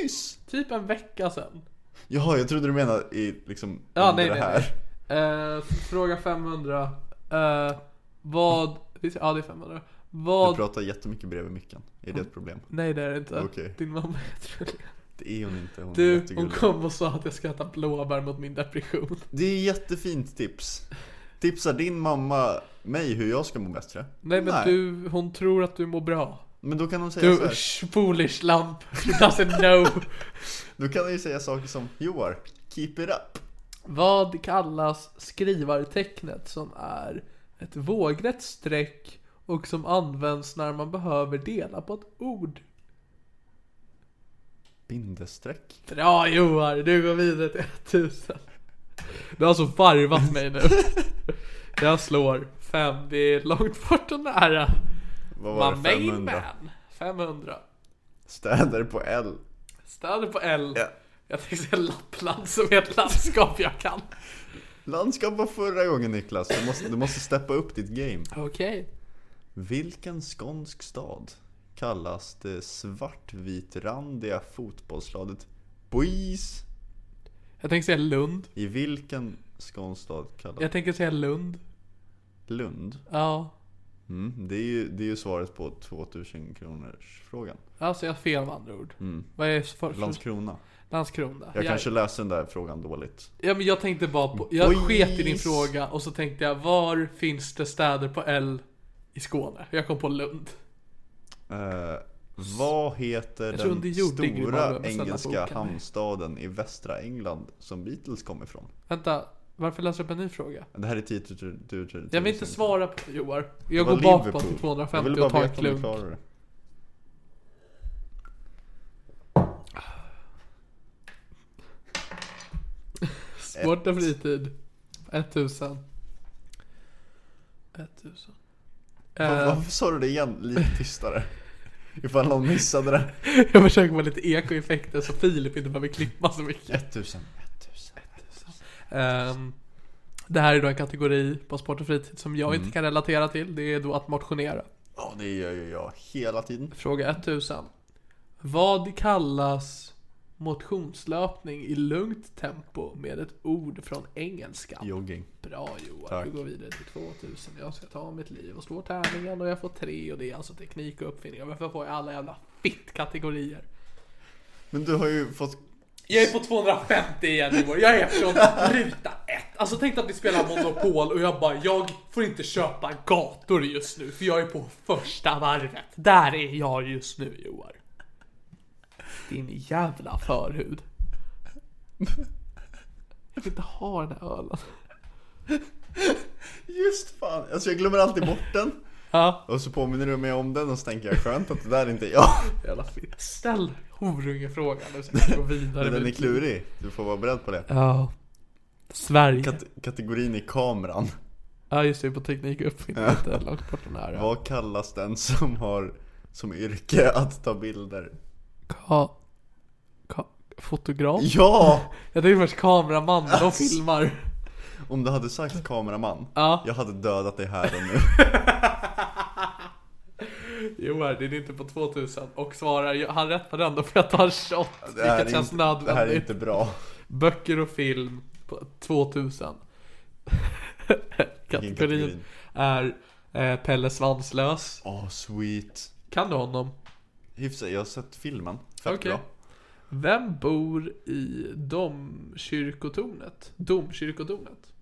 Speaker 2: Nyss!
Speaker 1: Typ en vecka sedan.
Speaker 2: Jaha, jag trodde du menade i liksom
Speaker 1: Ja,
Speaker 2: under
Speaker 1: nej,
Speaker 2: det
Speaker 1: nej,
Speaker 2: här.
Speaker 1: nej. Eh, fråga 500. Eh, vad... visst- Ja, det är 500.
Speaker 2: Du
Speaker 1: Vad...
Speaker 2: pratar jättemycket bredvid micken. Är det ett problem?
Speaker 1: Nej, det är det inte.
Speaker 2: Okej.
Speaker 1: Din mamma heter det.
Speaker 2: Det är hon inte, hon är
Speaker 1: Du, hon
Speaker 2: jättegullig.
Speaker 1: kom och sa att jag ska äta blåbär mot min depression.
Speaker 2: Det är jättefint tips. Tipsar din mamma mig hur jag ska må bättre?
Speaker 1: Nej, men du... Hon tror att du mår bra.
Speaker 2: Men då kan hon säga så
Speaker 1: Du,
Speaker 2: här.
Speaker 1: sh, foolish lamp. She doesn't know.
Speaker 2: Då kan hon ju säga saker som Joar, keep it up.
Speaker 1: vad kallas skrivartecknet som är ett vågrätt streck och som används när man behöver dela på ett ord?
Speaker 2: Bindestreck.
Speaker 1: Bra Joar, du går vidare till 1000 Du har alltså varvat mig nu Jag slår 5, det är långt bort och nära
Speaker 2: Vad var
Speaker 1: Man
Speaker 2: det?
Speaker 1: main
Speaker 2: 500?
Speaker 1: man 500
Speaker 2: Städer på L.
Speaker 1: Städer på L
Speaker 2: Ja.
Speaker 1: Jag tänkte säga Lappland som är ett landskap jag kan
Speaker 2: Landskap var förra gången Niklas. Du måste, du måste steppa upp ditt game.
Speaker 1: Okej
Speaker 2: Vilken skånsk stad kallas det svartvitrandiga fotbollsslaget Bois?
Speaker 1: Jag tänker säga Lund
Speaker 2: I vilken skånsk stad kallas
Speaker 1: Jag tänker säga Lund
Speaker 2: Lund?
Speaker 1: Ja
Speaker 2: Mm, det, är ju, det är ju svaret på 2000 kronors frågan.
Speaker 1: Alltså jag har fel med andra ord Vad är för, för,
Speaker 2: Landskrona.
Speaker 1: Landskrona?
Speaker 2: Mm. Jag kanske läste den där frågan dåligt.
Speaker 1: Ja men jag tänkte bara på, jag
Speaker 2: Oj.
Speaker 1: sket i din fråga och så tänkte jag var finns det städer på L i Skåne? Jag kom på Lund.
Speaker 2: Eh, vad heter
Speaker 1: tror under
Speaker 2: den
Speaker 1: jord ligger i Malmö,
Speaker 2: stora
Speaker 1: men snälla
Speaker 2: engelska
Speaker 1: boka mig.
Speaker 2: hamnstaden i västra England som Beatles kom ifrån?
Speaker 1: Vänta, varför läser du upp en ny fråga?
Speaker 2: Det här är 10 000 kronor.
Speaker 1: Jag vill inte svara på det Joar. Jag
Speaker 2: Det var
Speaker 1: går bakåt
Speaker 2: Liverpool.
Speaker 1: till
Speaker 2: Jag
Speaker 1: 250
Speaker 2: ville
Speaker 1: och tar
Speaker 2: bara veta
Speaker 1: ett
Speaker 2: om du
Speaker 1: lugnt.
Speaker 2: klarar det.
Speaker 1: Sport och fritid. 1000. 1000.
Speaker 2: Var-
Speaker 1: Eh,
Speaker 2: Varför sa du det igen lite tystare? Ifall någon missade det.
Speaker 1: jag försöker med lite ekoeffekter så Filip inte behöver klippa så mycket.
Speaker 2: 1000, 1000.
Speaker 1: Ehm, det här är då en kategori på sport och fritid som jag inte kan relatera till. Det är då att motionera.
Speaker 2: Ja, det gör ju jag hela tiden.
Speaker 1: Fråga 1000. Vad kallas motionslöpning i lugnt tempo med ett ord från engelskan?
Speaker 2: Jogging.
Speaker 1: Bra Johan,
Speaker 2: Tack.
Speaker 1: du går vidare till 2000. Jag ska ta mitt liv och slå tärningen och jag får tre och det är alltså teknik och uppfinningar. Varför får jag alla jävla fitt-kategorier?
Speaker 2: Men du har ju fått...
Speaker 1: Jag är på 250 igen i år. Jag är från ruta 1. Alltså tänk att vi spelar Monopol och jag bara, jag får inte köpa gator just nu för jag är på första varvet. Där är jag just nu Johan. Din jävla förhud. Jag vill inte ha den här ölen.
Speaker 2: Just fan! Alltså jag glömmer alltid bort den.
Speaker 1: Ja.
Speaker 2: Och så påminner du mig om den och så tänker jag skönt att det där inte är jag.
Speaker 1: Jävla fitt. Ställ horungefrågan nu så kan vi gå vidare.
Speaker 2: Men den är
Speaker 1: med-
Speaker 2: klurig. Du får vara beredd på det.
Speaker 1: Ja. Sverige.
Speaker 2: Kate- kategorin är kameran.
Speaker 1: Ja just det, på teknik och uppfinning. Inte långt bort den här. Ja.
Speaker 2: Vad kallas den som har som yrke att ta bilder?
Speaker 1: Ka- ka- fotograf?
Speaker 2: Ja!
Speaker 1: Jag tänkte först kameraman, men de filmar.
Speaker 2: Om du hade sagt kameraman,
Speaker 1: Ja.
Speaker 2: jag hade dödat dig här och nu.
Speaker 1: Johan, det är inte på 2000 och svarar "Ja, han rätt på den då får jag ta en shot.
Speaker 2: Det här,
Speaker 1: Vilket
Speaker 2: är
Speaker 1: känns
Speaker 2: inte, det här är
Speaker 1: nödvändigt.
Speaker 2: inte bra.
Speaker 1: Böcker och film på 2000.
Speaker 2: kategori?
Speaker 1: Kategorin är eh, Pelle Svanslös.
Speaker 2: Åh, sweet.
Speaker 1: Kan du honom?
Speaker 2: Hyfsat, jag har sett filmen. Fett
Speaker 1: Okej.
Speaker 2: bra.
Speaker 1: Vem bor i domkyrkotornet? Domkyrkotornet?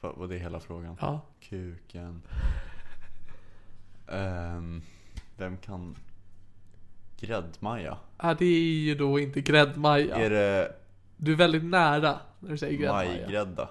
Speaker 2: Va- Var det hela frågan?
Speaker 1: Ja.
Speaker 2: Kuken. Ehm, vem kan... Gräddmaja?
Speaker 1: Ah, det är ju då inte gräddmaja.
Speaker 2: Är det
Speaker 1: Du är väldigt nära när du säger gräddmaja.
Speaker 2: majgrädda?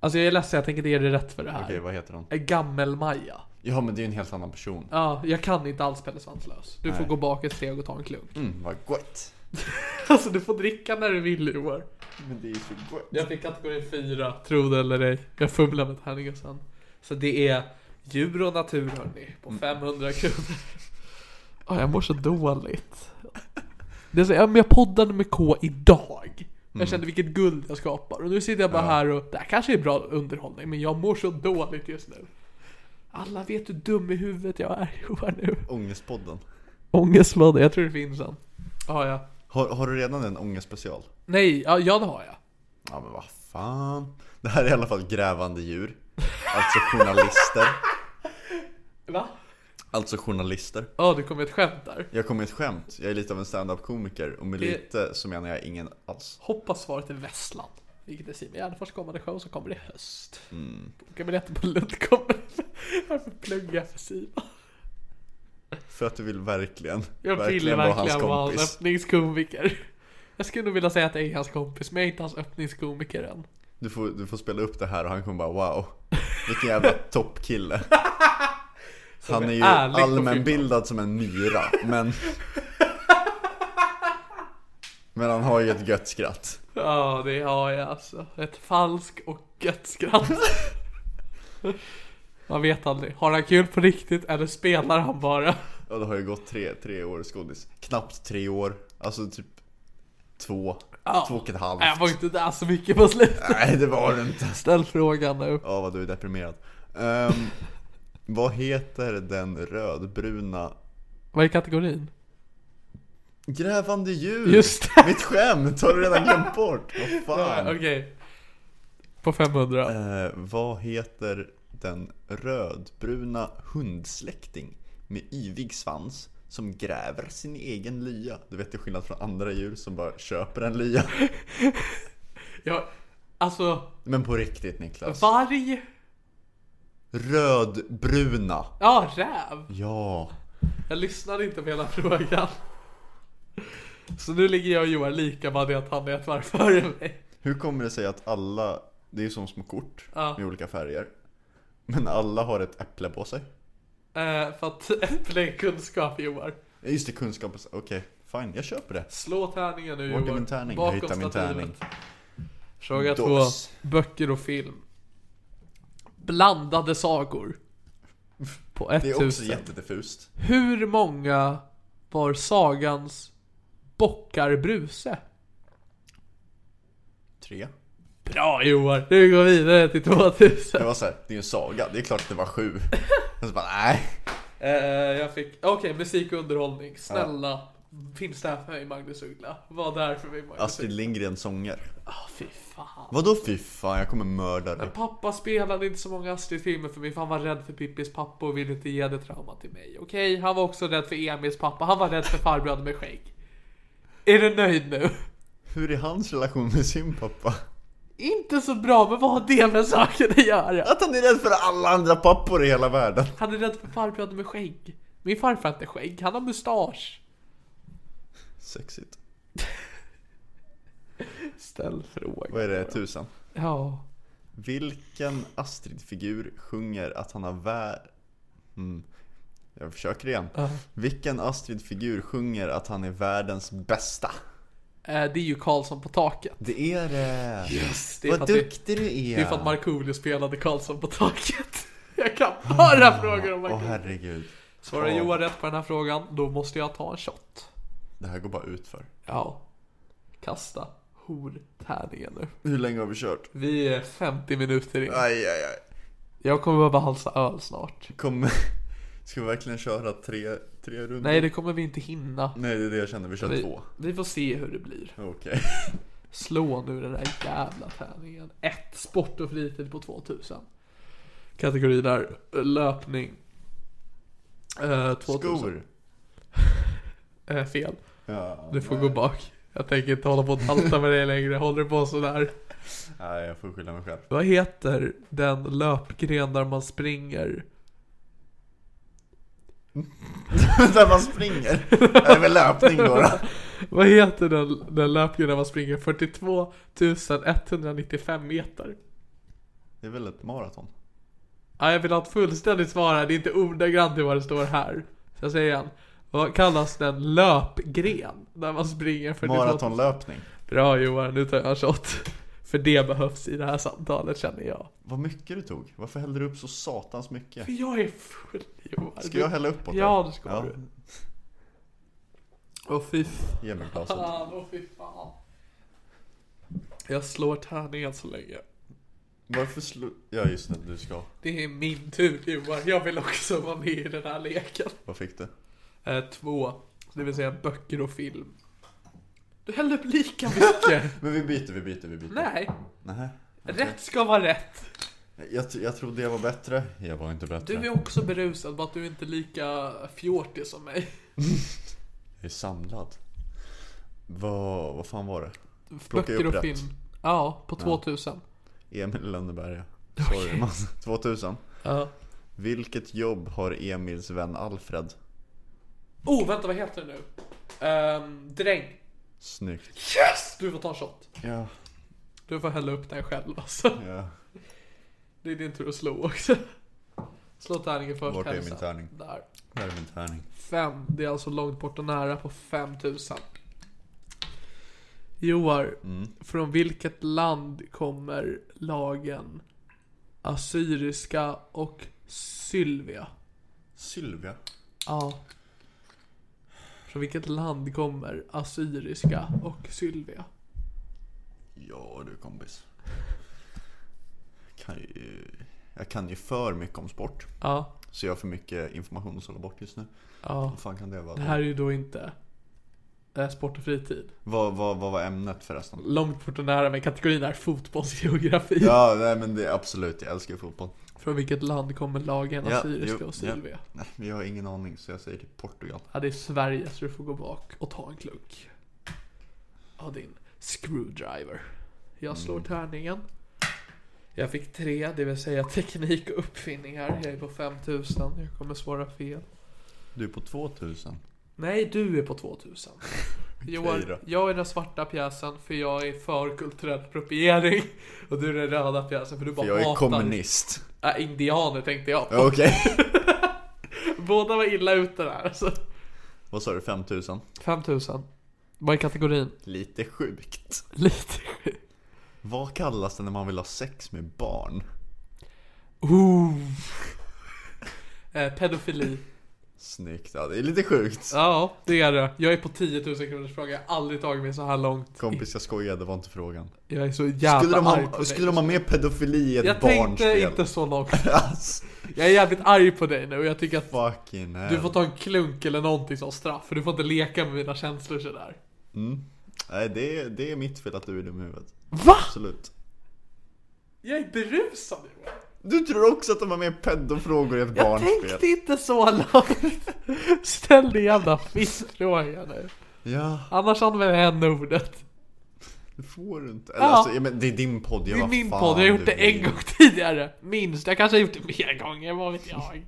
Speaker 1: Alltså jag är ledsen, jag tänker inte ge dig rätt för det här.
Speaker 2: Okej, vad heter hon?
Speaker 1: Gammel-Maja.
Speaker 2: Ja, men det är ju en helt annan person.
Speaker 1: Ja, jag kan inte alls Pelle Svanslös. Du får gå bak ett steg och ta en klunk.
Speaker 2: Mm, vad gott.
Speaker 1: Alltså du får dricka när du vill Joar.
Speaker 2: Men det är ju så gott.
Speaker 1: Jag fick kategori 4, tro det eller ej. Jag fumlade med tärningen sen. Så det är djur och natur hörni, på 500 kronor. Ah, Mm. jag mår så dåligt. Det är så, ja, men jag poddade med K idag. Jag kände vilket guld jag skapar. Och nu sitter jag bara här och, det här kanske är bra underhållning, men jag mår så dåligt just nu. Alla vet hur dum i huvudet jag är Joar nu.
Speaker 2: Ångestpodden.
Speaker 1: Ångestladda, jag tror det finns en. Ja, ja.
Speaker 2: Har, har du redan en ångestspecial?
Speaker 1: Nej, ja, ja det har jag.
Speaker 2: Ja men vad fan. Det här är i alla fall grävande djur. Alltså journalister.
Speaker 1: Va?
Speaker 2: Alltså journalister.
Speaker 1: Ja, du kom med ett skämt där.
Speaker 2: Jag kommer med ett skämt. Jag är lite av en stand-up komiker och med
Speaker 1: Det-
Speaker 2: lite så menar jag ingen alls.
Speaker 1: Hoppas svaret är Västland. Vilket är Simon Gärdenfors kommande show som kommer i höst. Boka biljetter på Lundkom. Varför pluggar jag för Simon?
Speaker 2: För att du vill verkligen,
Speaker 1: Jag vill verkligen vara hans öppningskomiker. Jag skulle nog vilja säga att jag är hans kompis, men jag är inte hans öppningskomiker än.
Speaker 2: Du får, du får spela upp det här och han kommer bara wow. Vilken jävla toppkille. Han är ju
Speaker 1: ärlig på
Speaker 2: allmänbildad som en myra, men... Men han har ju ett gött skratt.
Speaker 1: Ja, det har jag alltså. Ett falsk och gött skratt. Man vet aldrig. Har han kul på riktigt eller spelar han bara?
Speaker 2: Ja det har ju gått tre, tre år skådis. Knappt tre år. Alltså typ två.
Speaker 1: Ja.
Speaker 2: Två och ett halvt.
Speaker 1: Nej, jag var inte där så mycket på slutet.
Speaker 2: Nej det var det inte.
Speaker 1: Ställ frågan nu.
Speaker 2: Ja vad du är deprimerad. Ehm, vad heter den rödbruna
Speaker 1: Vad är kategorin?
Speaker 2: grävande djur?
Speaker 1: Just
Speaker 2: det. Mitt skämt har du redan glömt bort. Vad fan.
Speaker 1: Okej. På 500.
Speaker 2: Eh, vad heter den rödbruna hundsläkting med yvig svans som gräver sin egen lya? Du vet det är skillnad från andra djur som bara köper en lya.
Speaker 1: Jag, alltså,
Speaker 2: Men på riktigt Niklas.
Speaker 1: varg.
Speaker 2: Rödbruna.
Speaker 1: Ja, räv.
Speaker 2: Ja.
Speaker 1: Jag lyssnade inte på hela frågan. Så nu ligger jag och Johan lika bara det att han är ett varv före mig.
Speaker 2: Hur kommer det sig att alla, det är ju som små kort
Speaker 1: Ja.
Speaker 2: med olika färger. Men alla har ett äpple på sig.
Speaker 1: Eh, för att äpple är kunskap Johan.
Speaker 2: Ja, Just det, kunskap. Okej, fine. Jag köper det.
Speaker 1: Slå tärningen nu
Speaker 2: Vart är
Speaker 1: Johan.
Speaker 2: min tärning?
Speaker 1: Bakom
Speaker 2: Jag hittar min
Speaker 1: stativet.
Speaker 2: tärning.
Speaker 1: Fråga två.
Speaker 2: Dos.
Speaker 1: Böcker och film. Blandade sagor. På
Speaker 2: Det är också
Speaker 1: 1000.
Speaker 2: jättediffust.
Speaker 1: Hur många var sagans bockar Bruse?
Speaker 2: Tre.
Speaker 1: Bra Johan, nu går vi vidare till 2000.
Speaker 2: Det var så här, det är ju en saga, det är klart att det var sju. Och så bara, nej.
Speaker 1: Eh, jag fick, okej musik och underhållning. Snälla, finns där för mig Magnus Uggla? Var där för mig Magnus
Speaker 2: Astrid
Speaker 1: Uggla.
Speaker 2: Lindgrens sånger.
Speaker 1: Ah, fy fan.
Speaker 2: Vadå fy fan, jag kommer mörda dig.
Speaker 1: Pappa spelade inte så många Astrid-filmer för min fan var rädd för Pippis pappa och ville inte ge det trauma till mig. Okej, han var också rädd för Emils pappa, han var rädd för farbröderna med skägg. Är du nöjd nu?
Speaker 2: Hur är hans relation med sin pappa?
Speaker 1: Inte så bra, men vad har det med saken att göra?
Speaker 2: Att han är rädd för alla andra pappor i hela världen.
Speaker 1: Han är rädd för farbröder med skägg. Min farfar har inte skägg, han har mustasch.
Speaker 2: Sexigt.
Speaker 1: Ställ frågan.
Speaker 2: Vad är det, tusen?
Speaker 1: Ja.
Speaker 2: Vilken Astrid-figur sjunger att han har vär... Mm. Jag försöker igen. Vilken Astrid-figur sjunger att han är världens bästa?
Speaker 1: Eh, det är ju Karlsson på taket.
Speaker 2: Det är det!
Speaker 1: Yes, det är för
Speaker 2: Vad
Speaker 1: att vi-
Speaker 2: duktig du är!
Speaker 1: Det är för att Markoolio spelade Karlsson på taket. Jag kan bara frågor om
Speaker 2: Ah, Åh
Speaker 1: Markoolio.
Speaker 2: herregud.
Speaker 1: Svarar Johan rätt på den här frågan, då måste jag ta en shot.
Speaker 2: Det här går bara ut för.
Speaker 1: Ja. Kasta hortärningen nu.
Speaker 2: Hur länge har vi kört?
Speaker 1: Vi är 50 minuter in.
Speaker 2: Aj, aj, aj.
Speaker 1: Jag kommer behöva halsa öl snart.
Speaker 2: Kommer... Ska vi verkligen köra tre, tre rundor?
Speaker 1: Nej, det kommer vi inte hinna.
Speaker 2: Nej, det är det jag känner. Vi kör
Speaker 1: Vi,
Speaker 2: två.
Speaker 1: vi får se hur det blir.
Speaker 2: Okej.
Speaker 1: Slå nu den här jävla tärningen. 1. Sport och fritid på 2000. Kategori där. Löpning. Eh, 2000.
Speaker 2: Skor.
Speaker 1: Eh, fel.
Speaker 2: Ja,
Speaker 1: Du får gå bak. Jag tänker inte hålla på och talta med dig längre. Håller du på sådär?
Speaker 2: nej, jag får skylla mig själv.
Speaker 1: Vad heter den löpgren där man springer?
Speaker 2: Där man springer. Det är väl löpning då. då.
Speaker 1: Vad heter den, den löpgren där man springer 42 195 meter?
Speaker 2: Det är väl ett maraton?
Speaker 1: Ja, jag vill ha ett fullständigt svar här. Det är inte ordagrant i vad det står här. Så jag säger igen. Vad kallas den löpgren där man springer 42
Speaker 2: Maratonlöpning.
Speaker 1: Bra Johan, nu tar jag en shot. För det behövs i det här samtalet känner jag.
Speaker 2: Vad mycket du tog. Varför hällde du upp så satans mycket?
Speaker 1: För jag är full Johan.
Speaker 2: Ska jag hälla upp åt dig?
Speaker 1: Ja, det ska du. Åh fy
Speaker 2: Ge mig glaset.
Speaker 1: fan, åh fy fan. Jag slår tärningen så länge.
Speaker 2: Varför slår... Ja, just det. Du ska.
Speaker 1: Det är min tur Johan, jag vill också vara med i den här leken.
Speaker 2: Vad fick du?
Speaker 1: Eh, två, det vill säga böcker och film. Du hällde upp lika mycket.
Speaker 2: Men vi byter, vi byter, vi byter.
Speaker 1: Nej,
Speaker 2: Nej.
Speaker 1: rätt ska vara rätt.
Speaker 2: Jag, tr- jag trodde jag var bättre. Jag var inte bättre.
Speaker 1: Du är också berusad, bara att du inte är lika fjortig som mig.
Speaker 2: Jag är samlad. Vad, vad fan var det? Plocka
Speaker 1: Böcker
Speaker 2: upp
Speaker 1: och
Speaker 2: rätt.
Speaker 1: film. Ja, på 2000.
Speaker 2: Emil i Lönneberga. Sorry man. 2000.
Speaker 1: Ja.
Speaker 2: Vilket jobb har Emils vän Alfred?
Speaker 1: Oh, vänta vad heter det nu? Ehm, dräng.
Speaker 2: Snyggt.
Speaker 1: Yes! Du får ta en shot.
Speaker 2: Ja.
Speaker 1: Du får hälla upp den själv alltså.
Speaker 2: ja.
Speaker 1: Det är din tur att slå också. Slå tärningen först.
Speaker 2: Vart är
Speaker 1: hälsa.
Speaker 2: min tärning?
Speaker 1: Där.
Speaker 2: Där är min tärning.
Speaker 1: Fem. Det är alltså långt bort och nära på 5000. Joar,
Speaker 2: Mm.
Speaker 1: från vilket land kommer lagen Assyriska och Sylvia?
Speaker 2: Sylvia.
Speaker 1: Ja. Från vilket land kommer Assyriska och Sylvia?
Speaker 2: Ja du kompis. Kan ju, jag kan ju för mycket om sport.
Speaker 1: Ja.
Speaker 2: Så jag har för mycket information att sålla bort just nu.
Speaker 1: Ja.
Speaker 2: Vad fan kan det vara?
Speaker 1: Det här är ju då inte eh, sport och fritid.
Speaker 2: Vad, vad, vad var ämnet förresten?
Speaker 1: Långt bort och nära, men kategorin är fotbollsgeografi.
Speaker 2: Ja, nej men det är absolut. Jag älskar ju fotboll.
Speaker 1: Från vilket land kommer lagen
Speaker 2: Ja,
Speaker 1: Assyriska
Speaker 2: jo,
Speaker 1: och Sylvia?
Speaker 2: Ja. Nej, men jag har ingen aning så jag säger till Portugal.
Speaker 1: Ja, det är Sverige så du får gå bak och ta en klunk. Av din screwdriver. Jag slår
Speaker 2: Mm.
Speaker 1: tärningen. Jag fick tre, det vill säga teknik och uppfinningar. Jag är på 5000, jag kommer svara fel.
Speaker 2: Du är på 2000.
Speaker 1: Nej, du är på 2000. Johan,
Speaker 2: då.
Speaker 1: jag är den svarta pjäsen för jag är för kulturell appropriering. Och du är den röda pjäsen för du bara
Speaker 2: För jag är
Speaker 1: hatar...
Speaker 2: kommunist.
Speaker 1: Äh, indianer tänkte jag på.
Speaker 2: Okej.
Speaker 1: Båda var illa ute där alltså.
Speaker 2: Vad sa du, 5000?
Speaker 1: 5000. Vad är kategorin?
Speaker 2: Lite sjukt.
Speaker 1: Lite
Speaker 2: Vad kallas det när man vill ha sex med barn?
Speaker 1: Ooh. eh, pedofili.
Speaker 2: Snyggt, ja det är lite sjukt.
Speaker 1: Ja, det är det. Jag är på 10 000 kronors fråga. Jag har aldrig tagit mig så här långt.
Speaker 2: Kompis jag skojar, det var inte frågan.
Speaker 1: Jag är så jävla
Speaker 2: Skulle de
Speaker 1: arg på
Speaker 2: ha,
Speaker 1: dig.
Speaker 2: skulle de ha med pedofili i ett
Speaker 1: Jag tänkte
Speaker 2: barnspel?
Speaker 1: inte så långt.
Speaker 2: Alltså,
Speaker 1: Jag är jävligt arg på dig nu och jag tycker att
Speaker 2: fucking hell.
Speaker 1: du får ta en klunk eller någonting som straff. För du får inte leka med mina känslor sådär.
Speaker 2: Nej det är, det är mitt fel att du är dum i huvudet.
Speaker 1: Va?
Speaker 2: Absolut.
Speaker 1: Jag är berusad nu.
Speaker 2: Du tror också att de har med pedofrågor i ett
Speaker 1: Jag
Speaker 2: barnspel?
Speaker 1: tänkte inte så långt. Ställ din jävla fiskfråga nu.
Speaker 2: Ja,
Speaker 1: Annars använder jag en ordet.
Speaker 2: det får du inte. Eller,
Speaker 1: Ja.
Speaker 2: alltså, ja, men det är din podd, jag
Speaker 1: Det är
Speaker 2: vad
Speaker 1: min
Speaker 2: fan
Speaker 1: podd, jag har
Speaker 2: du
Speaker 1: gjort det en
Speaker 2: vill.
Speaker 1: gång tidigare. Minst, jag kanske har gjort det mer gånger, vad vet jag.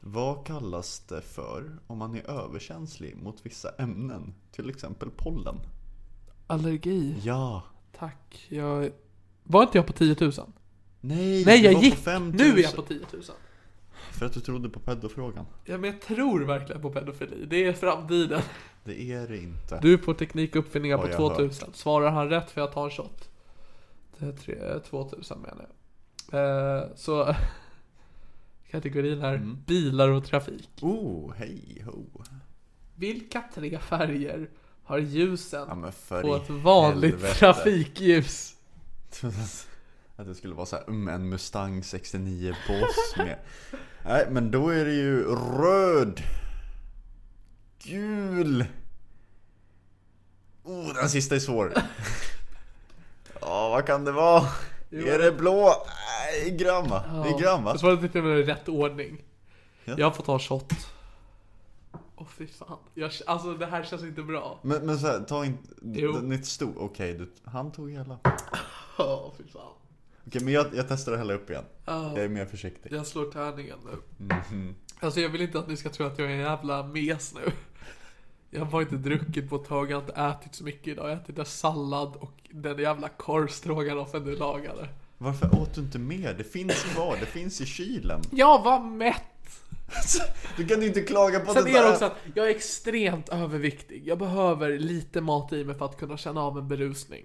Speaker 2: Vad kallas det för om man är överkänslig mot vissa ämnen? Till exempel pollen.
Speaker 1: Allergi.
Speaker 2: Ja.
Speaker 1: Tack, jag... Var inte jag på 10 000?
Speaker 2: Nej,
Speaker 1: Nej,
Speaker 2: du var
Speaker 1: jag
Speaker 2: på
Speaker 1: gick!
Speaker 2: 5 000.
Speaker 1: Nu är jag på 10 000.
Speaker 2: För att du trodde på pedofrågan.
Speaker 1: Ja, men jag tror verkligen på pedofili. Det är framtiden.
Speaker 2: Det är det inte.
Speaker 1: Du är på teknik och uppfinningar
Speaker 2: Har
Speaker 1: på
Speaker 2: jag
Speaker 1: 2000. Svarar han rätt för jag tar en shot. Det är tre- 2000 menar jag. Eh, så kategorin här,
Speaker 2: Mm.
Speaker 1: bilar och trafik.
Speaker 2: Oh, hej ho.
Speaker 1: Vilka tre färger har ljusen
Speaker 2: Ja men för
Speaker 1: på
Speaker 2: i
Speaker 1: ett vanligt
Speaker 2: helvete.
Speaker 1: trafikljus?
Speaker 2: Att det skulle vara så här, mm, en Mustang 69 Boss med. Nej men då är det ju röd. Gul. Oh, den sista är svår. Ja, vad kan det vara? Är det blå? Nej, grön va? Det är grön va?
Speaker 1: Jag svarade inte med typ rätt ordning. Jag får ta en shot. Åh fy fan. Jag, alltså det här känns inte bra.
Speaker 2: Men, men så här, ta inte...
Speaker 1: Jo.
Speaker 2: Den är inte stor. Okej, du, han tog hela.
Speaker 1: Åh fy fan.
Speaker 2: Okej, men jag, jag testar att hälla upp igen. Jag är mer försiktig.
Speaker 1: Jag slår tärningen nu.
Speaker 2: Mhm.
Speaker 1: Alltså jag vill inte att ni ska tro att jag är en jävla mes nu. Jag har bara inte druckit på ett tag, jag har inte ätit så mycket idag. Jag har ätit en sallad och den jävla korvstroganoffen du lagade.
Speaker 2: Varför åt du inte mer? Det finns kvar, det finns i kylen.
Speaker 1: Jag var mätt!
Speaker 2: Du kan ju inte klaga på
Speaker 1: Sen
Speaker 2: det
Speaker 1: är det också att jag är extremt överviktig. Jag behöver lite mat i mig för att kunna känna av en berusning.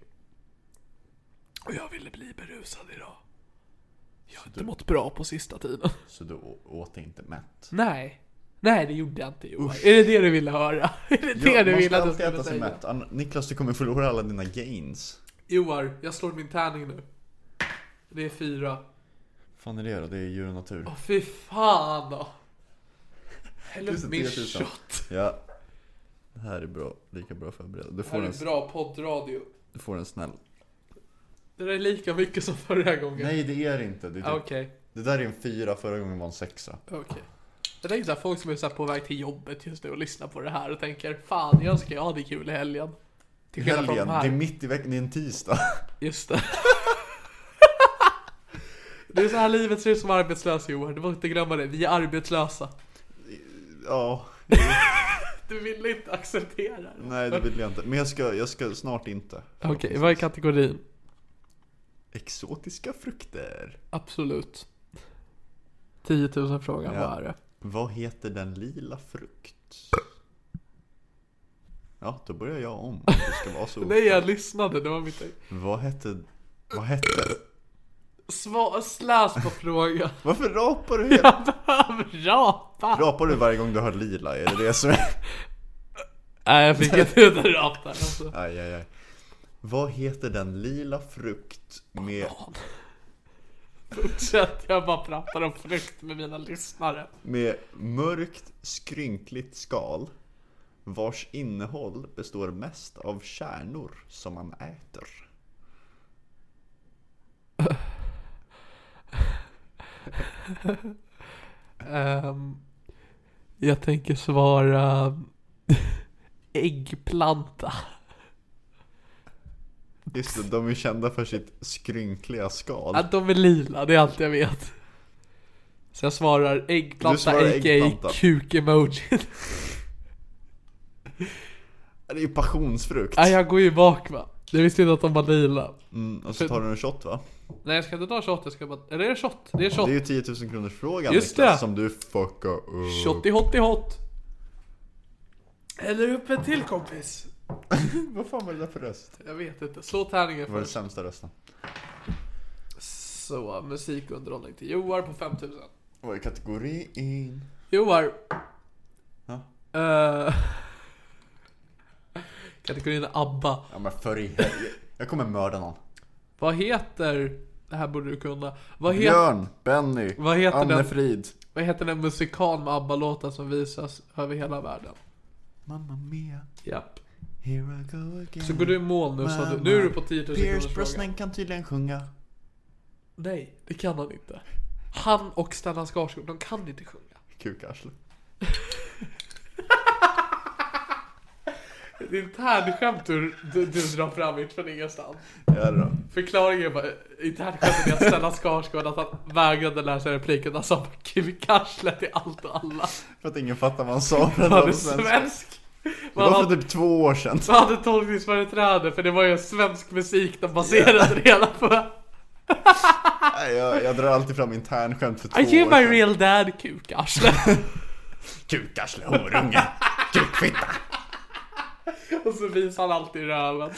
Speaker 1: Och jag ville bli berusad idag. Jag har inte mått bra på sista tiden.
Speaker 2: Så du å- åt inte mätt?
Speaker 1: Nej. Nej, det gjorde jag inte Johan. Är det det du ville höra? Är det det du ville att jag
Speaker 2: alltid
Speaker 1: skulle
Speaker 2: äta sig
Speaker 1: säga?
Speaker 2: mätt. Ann- Niklas, du kommer förlora alla dina gains.
Speaker 1: Joar, jag slår min tärning nu. Det är fyra.
Speaker 2: fan är det då? Det är djur och natur.
Speaker 1: Åh fy fan då. Häll upp
Speaker 2: Tusen,
Speaker 1: min
Speaker 2: tiotusen.
Speaker 1: shot.
Speaker 2: Ja. Det här är bra. Lika bra förberedd. Du
Speaker 1: Det
Speaker 2: får,
Speaker 1: här
Speaker 2: en,
Speaker 1: är bra poddradio.
Speaker 2: du får en snäll.
Speaker 1: Det där är lika mycket som förra gången.
Speaker 2: Nej, det är det inte. Det, är
Speaker 1: Ah,
Speaker 2: typ-
Speaker 1: Okej,
Speaker 2: det där är en fyra, förra gången var en sexa.
Speaker 1: okej. Jag tänker såhär, folk som är så här på väg till jobbet just nu och lyssnar på det här och tänker Fan, jag önskar jag hade kul i helgen. Till skillnad från
Speaker 2: Helgen,
Speaker 1: de
Speaker 2: det är
Speaker 1: här.
Speaker 2: mitt i veckan, det är en tisdag.
Speaker 1: Just det. Det är så här livet ser ut som arbetslös Johan, du får inte glömma det. Vi är arbetslösa.
Speaker 2: Ja,
Speaker 1: Du vill inte acceptera det.
Speaker 2: nej det vill jag inte. Men jag ska, jag ska snart inte.
Speaker 1: Okej, vad är kategorin?
Speaker 2: Exotiska frukter.
Speaker 1: Absolut. 10 000 frågan,
Speaker 2: Ja.
Speaker 1: vad är det?
Speaker 2: Vad heter den lila frukt? Ja, då börjar jag om. Det ska vara så.
Speaker 1: Nej, jag lyssnade. Det var mitt...
Speaker 2: Vad hette... Vad hette?
Speaker 1: Sva... Släs på frågan.
Speaker 2: Varför rapar du hela...
Speaker 1: Rapa!
Speaker 2: Rapar du varje gång du hör lila? Är det det som är...
Speaker 1: Nej, jag fick inte ut en rap där alltså.
Speaker 2: Aj, aj, aj. Vad heter den lila frukt med,
Speaker 1: Fortsätt, jag bara pratar om frukt med mina lyssnare.
Speaker 2: med mörkt skrynkligt skal vars innehåll består mest av kärnor som man äter?
Speaker 1: Ehm, jag tänker svara... eh, Äggplanta.
Speaker 2: Just det, de är kända för sitt skrynkliga skal.
Speaker 1: Att de är lila, det är allt jag vet. Så jag svarar äggplanta,
Speaker 2: Du svarar äggplanta.
Speaker 1: a.k.a. kuk-emojin.
Speaker 2: Det är ju passionsfrukt.
Speaker 1: Nej, jag går ju bak va. Jag visste inte att de var lila.
Speaker 2: Mm, och så tar du en shot va?
Speaker 1: Nej, jag ska inte ta shot, jag ska bara... Eller är det shot? Det är shot.
Speaker 2: Det är ju 10 000 kronors frågan
Speaker 1: Just
Speaker 2: Niklas,
Speaker 1: det.
Speaker 2: som du fuckar upp.
Speaker 1: Shotti hotti hot. Eller upp en till kompis.
Speaker 2: Vad fan var det där för röst?
Speaker 1: Jag vet inte. Slå tärningen
Speaker 2: Det var den
Speaker 1: först.
Speaker 2: sämsta rösten.
Speaker 1: Så, musikunderhållning till Joar på 5000.
Speaker 2: Vad är kategorin?
Speaker 1: Joar.
Speaker 2: Ja.
Speaker 1: Eh, kategorin ABBA.
Speaker 2: Ja men för i helvete. Jag kommer mörda någon.
Speaker 1: Vad heter, det här borde du kunna. Vad, het,
Speaker 2: Björn, Benny,
Speaker 1: Vad heter
Speaker 2: Anne
Speaker 1: den?
Speaker 2: Frid.
Speaker 1: vad heter den musikal med ABBA-låtar som visas över hela världen?
Speaker 2: Mamma mia,
Speaker 1: Japp.
Speaker 2: here I go again.
Speaker 1: Så går du i mål nu så att du, nu är du på 10 000
Speaker 2: Pierce
Speaker 1: kronors fråga.
Speaker 2: Brosnan kan tydligen sjunga.
Speaker 1: Nej, det kan han inte. Han och Stellan Skarsgård, de kan inte sjunga.
Speaker 2: Kukarsle.
Speaker 1: Det är ett internskämt du, du, du drar fram ut från ingenstans.
Speaker 2: Ja då.
Speaker 1: Förklaringen var internskämtet är att Stellan Skarsgård att han vägrade lära sig repliken. Alltså han bara kukarsle till allt och alla.
Speaker 2: För att ingen fattar vad han sa. för att
Speaker 1: Han
Speaker 2: det
Speaker 1: är
Speaker 2: var svensk.
Speaker 1: svensk.
Speaker 2: Det
Speaker 1: Man
Speaker 2: var
Speaker 1: hade,
Speaker 2: för typ två år sedan.
Speaker 1: man hade tolkningsföreträde för det var ju svensk musik de baserade det hela på.
Speaker 2: Nej, jag, jag drar alltid fram internskämt för två
Speaker 1: Are you
Speaker 2: år sedan.
Speaker 1: my real dad kukarsle?
Speaker 2: Kukarsle, horunge, kukfitta.
Speaker 1: och så visar han alltid röven.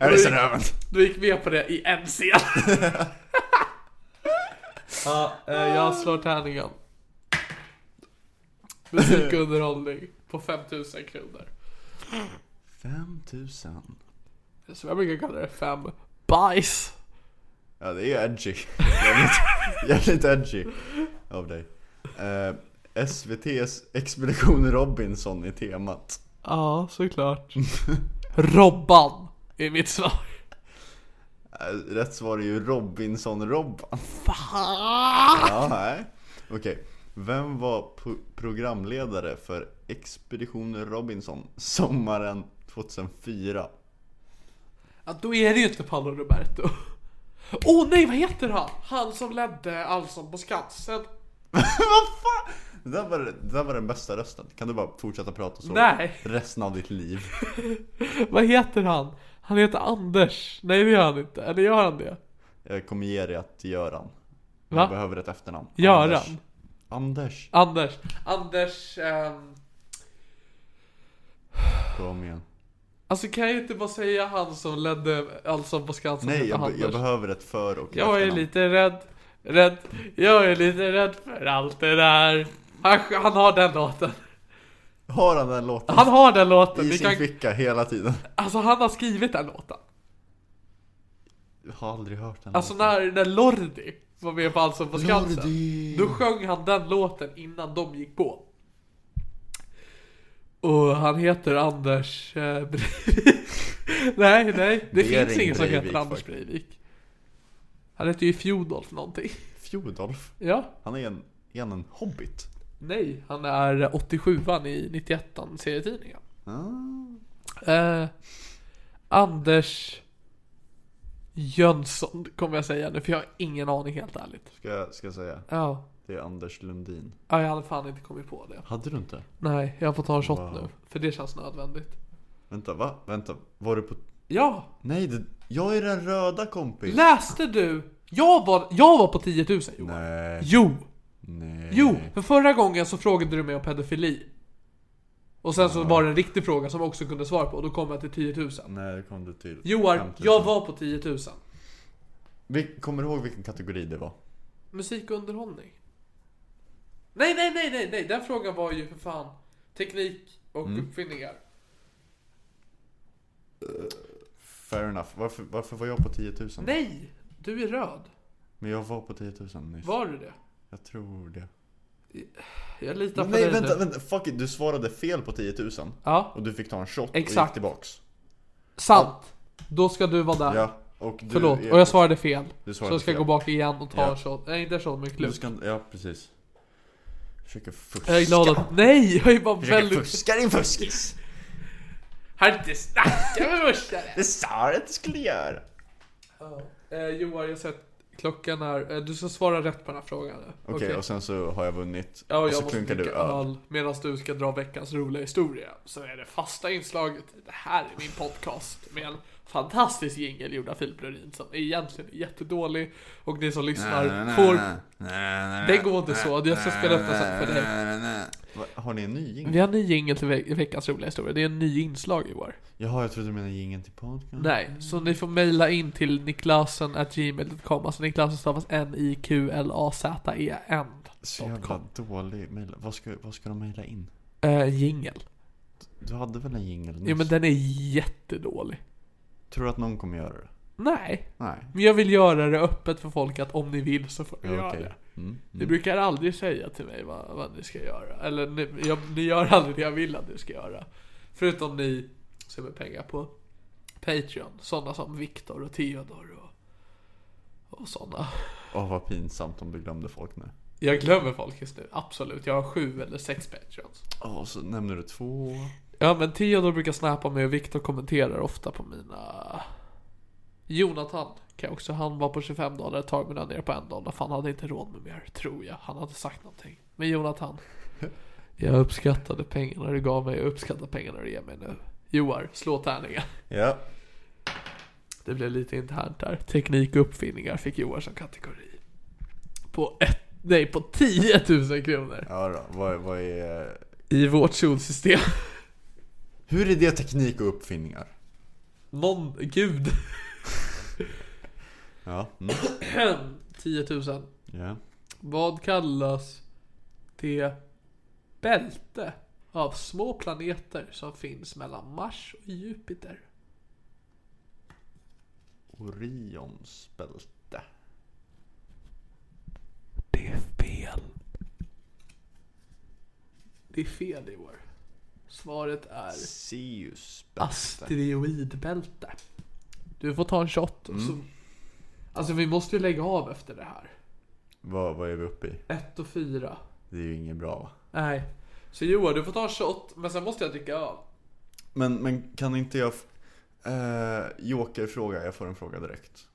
Speaker 2: Här är röven.
Speaker 1: Du gick med på det i en scen. ja, eh, jag slår tärningen. Musik och underhållning på 5000 kronor.
Speaker 2: 5000.
Speaker 1: Som jag brukar kalla det, fem bajs.
Speaker 2: Ja, det är ju edgy. Jävligt- Jävligt edgy av dig. Eh, SVT's Expedition Robinson är temat.
Speaker 1: Ja, såklart. Robban är mitt svar.
Speaker 2: Eh, Rätt svar är ju Robinson-Robban. Ja, nej. Okej. Vem var po- programledare för Expedition Robinson sommaren 2004?
Speaker 1: Ja, då är det ju inte Paolo Roberto. Åh oh, nej, vad heter han? Han som ledde Allsång på Skansen.
Speaker 2: Vad fan? Det där, var, det där var den bästa rösten. Kan du bara fortsätta prata så
Speaker 1: Nej.
Speaker 2: resten av ditt liv?
Speaker 1: Vad heter han? Han heter Anders. Nej, det gör han inte. Eller gör han det?
Speaker 2: Jag kommer ge dig att Göran.
Speaker 1: Va?
Speaker 2: Jag behöver ett efternamn.
Speaker 1: Göran?
Speaker 2: Anders. Anders.
Speaker 1: Anders. Anders. ehm,
Speaker 2: Kom igen.
Speaker 1: alltså kan jag inte bara säga han som ledde Allsång på Skansen
Speaker 2: Nej,
Speaker 1: hette
Speaker 2: jag, be-
Speaker 1: Anders.
Speaker 2: jag behöver ett för och ett
Speaker 1: jag är
Speaker 2: efternamn.
Speaker 1: lite rädd. Rädd. Jag är lite rädd för allt det där. Han, han har den låten.
Speaker 2: Har han den låten?
Speaker 1: Han har den låten.
Speaker 2: I
Speaker 1: Vi
Speaker 2: sin
Speaker 1: kan,
Speaker 2: ficka hela tiden.
Speaker 1: alltså han har skrivit den låten.
Speaker 2: Jag har aldrig hört den
Speaker 1: Alltså
Speaker 2: låten.
Speaker 1: när, när Lordi var med på Allsång på Skansen.
Speaker 2: Lordi.
Speaker 1: Då sjöng han den låten innan de gick på. Och han heter Anders eh, Breivik. nej, nej. Det
Speaker 2: Bering
Speaker 1: finns ingen som
Speaker 2: Breivik,
Speaker 1: heter Anders
Speaker 2: fuck.
Speaker 1: Breivik. Han heter ju Fjodolf någonting.
Speaker 2: Fjodolf.
Speaker 1: Ja.
Speaker 2: Han är en, är han en hobbit.
Speaker 1: Nej, han är 87an i 91an serietidningen.
Speaker 2: Ah.
Speaker 1: Eh, Anders Jönsson kommer jag säga nu, för jag har ingen aning helt ärligt.
Speaker 2: Ska, jag- ska jag säga.
Speaker 1: Ja,
Speaker 2: Det är Anders Lundin.
Speaker 1: ja jag hade fan inte kommit på det.
Speaker 2: Hade du inte?
Speaker 1: Nej, jag får ta en shot
Speaker 2: Wow.
Speaker 1: nu. För det känns nödvändigt.
Speaker 2: Vänta, va? Vänta. Var du på...
Speaker 1: Ja!
Speaker 2: Nej, det... jag är den röda kompis.
Speaker 1: Läste du? Jag var, jag var på 10 000 Johan.
Speaker 2: Nej.
Speaker 1: Jo!
Speaker 2: Nej.
Speaker 1: Jo! För förra gången så frågade du mig om pedofili. Och sen så
Speaker 2: Ah.
Speaker 1: var det en riktig fråga som jag också kunde svara på och då kom jag till 10 000.
Speaker 2: Nej, det kom du till.
Speaker 1: Joar,
Speaker 2: 5000.
Speaker 1: jag var på 10 000.
Speaker 2: Vi kommer du ihåg vilken kategori det var?
Speaker 1: Musik och underhållning. Nej, nej, nej, nej, nej. Den frågan var ju för fan teknik och
Speaker 2: Mm.
Speaker 1: uppfinningar.
Speaker 2: Fair enough. Varför, varför var jag på 10 000?
Speaker 1: Nej! Du är röd.
Speaker 2: Men jag var på 10 000 nyss.
Speaker 1: Var du det?
Speaker 2: Jag tror det.
Speaker 1: Jag litar
Speaker 2: Men
Speaker 1: på
Speaker 2: nej,
Speaker 1: dig
Speaker 2: vänta,
Speaker 1: nu.
Speaker 2: vänta. Fuck it. Du svarade fel på 10 000.
Speaker 1: Ja,
Speaker 2: Och du fick ta en shot och gick
Speaker 1: Exakt.
Speaker 2: tillbaks.
Speaker 1: sant. Då ska du vara där.
Speaker 2: Ja. Och du
Speaker 1: Förlåt,
Speaker 2: är-
Speaker 1: och jag svarade fel.
Speaker 2: Du
Speaker 1: så
Speaker 2: svarade
Speaker 1: jag ska
Speaker 2: fel.
Speaker 1: gå bak igen och ta
Speaker 2: Ja.
Speaker 1: en shot. Nej, inte en shot, men en
Speaker 2: Du
Speaker 1: klubb.
Speaker 2: ska inte- Ja, precis. Försöker fuska.
Speaker 1: Jag är glad att... Nej! Jag är bara
Speaker 2: Försöker
Speaker 1: väldigt...
Speaker 2: fuska din fuskis.
Speaker 1: Har inte snackat med morsan!
Speaker 2: Det sa du att du skulle göra.
Speaker 1: eh, Joar, jag har sett klockan är... Eh, du ska svara rätt på den här frågan nu.
Speaker 2: Okej, och sen så har jag vunnit.
Speaker 1: Ja, och
Speaker 2: och
Speaker 1: jag
Speaker 2: så
Speaker 1: måste
Speaker 2: klunkar du
Speaker 1: dricka
Speaker 2: öl.
Speaker 1: öl medan du ska dra veckans roliga historia. Så är det fasta inslaget. Det här är min podcast med en fantastisk jingel gjord av Filip Rödin som egentligen är jättedålig. Och ni som lyssnar får... Det går inte så. Jag ska spela upp den sen för dig.
Speaker 2: Va, Har ni en ny jingel?
Speaker 1: Vi har en ny jingel till ve- veckans roliga historia. Det är en ny inslag i år.
Speaker 2: Jaha, jag trodde du menade jingeln till podcast.
Speaker 1: Nej, så ni får mejla in till niklasen.gmail.com. Alltså Niklasen stavas N-I-Q-L-A-Z-E-N.
Speaker 2: Så jävla dålig mail. Vad ska, vad ska de mejla in?
Speaker 1: Uh, jingel.
Speaker 2: Du hade väl en jingel nyss?
Speaker 1: Jo men den är jättedålig.
Speaker 2: Tror du att någon kommer göra det?
Speaker 1: Nej,
Speaker 2: Nej.
Speaker 1: men jag vill göra det öppet för folk att om ni vill så får ni
Speaker 2: Ja,
Speaker 1: göra
Speaker 2: okej.
Speaker 1: det.
Speaker 2: Mm.
Speaker 1: Ni brukar aldrig säga till mig vad, vad ni ska göra. Eller ni, jag, ni gör aldrig det jag vill att ni ska göra. Förutom ni som är pengar på Patreon. Sådana som Viktor och Theodor och, och sådana.
Speaker 2: Åh vad pinsamt om du glömde folk nu.
Speaker 1: Jag glömmer folk just nu, absolut. Jag har sju eller sex Patreons.
Speaker 2: Åh, så nämner du två.
Speaker 1: Ja men Theodor brukar snappa mig och Viktor kommenterar ofta på mina... Jonathan kan jag också, han var på 25 dagar ett tag men han är nere på en dollar för han hade inte råd med mer, tror jag. Han hade sagt någonting. Men Jonathan. Jag uppskattade pengarna du gav mig, jag uppskattar pengarna du ger mig nu. Joar, slå tärningen.
Speaker 2: Ja.
Speaker 1: Det blev lite internt där. Teknik och uppfinningar fick Joar som kategori. På ett, nej på 10 000 kronor.
Speaker 2: Ja då, vad, vad är...
Speaker 1: I vårt solsystem.
Speaker 2: Hur är det teknik och uppfinningar?
Speaker 1: Någon, gud.
Speaker 2: Ja. Mm.
Speaker 1: 10 000.
Speaker 2: ja.
Speaker 1: Vad kallas det bälte av små planeter som finns mellan Mars och Jupiter?
Speaker 2: Orions bälte.
Speaker 1: Det är fel. Det är fel i år. Svaret är
Speaker 2: Zeus bälte.
Speaker 1: asteroidbälte. Du får ta en shot. och Så... Alltså vi måste ju lägga av efter det här.
Speaker 2: Vad, vad är vi uppe i?
Speaker 1: 1 och 4.
Speaker 2: Det är ju inget bra va?
Speaker 1: Nej. Så Johan, du får ta en shot, men sen måste jag dricka öl.
Speaker 2: Men, men kan inte jag... f- Eh, Joker fråga, jag får en fråga direkt.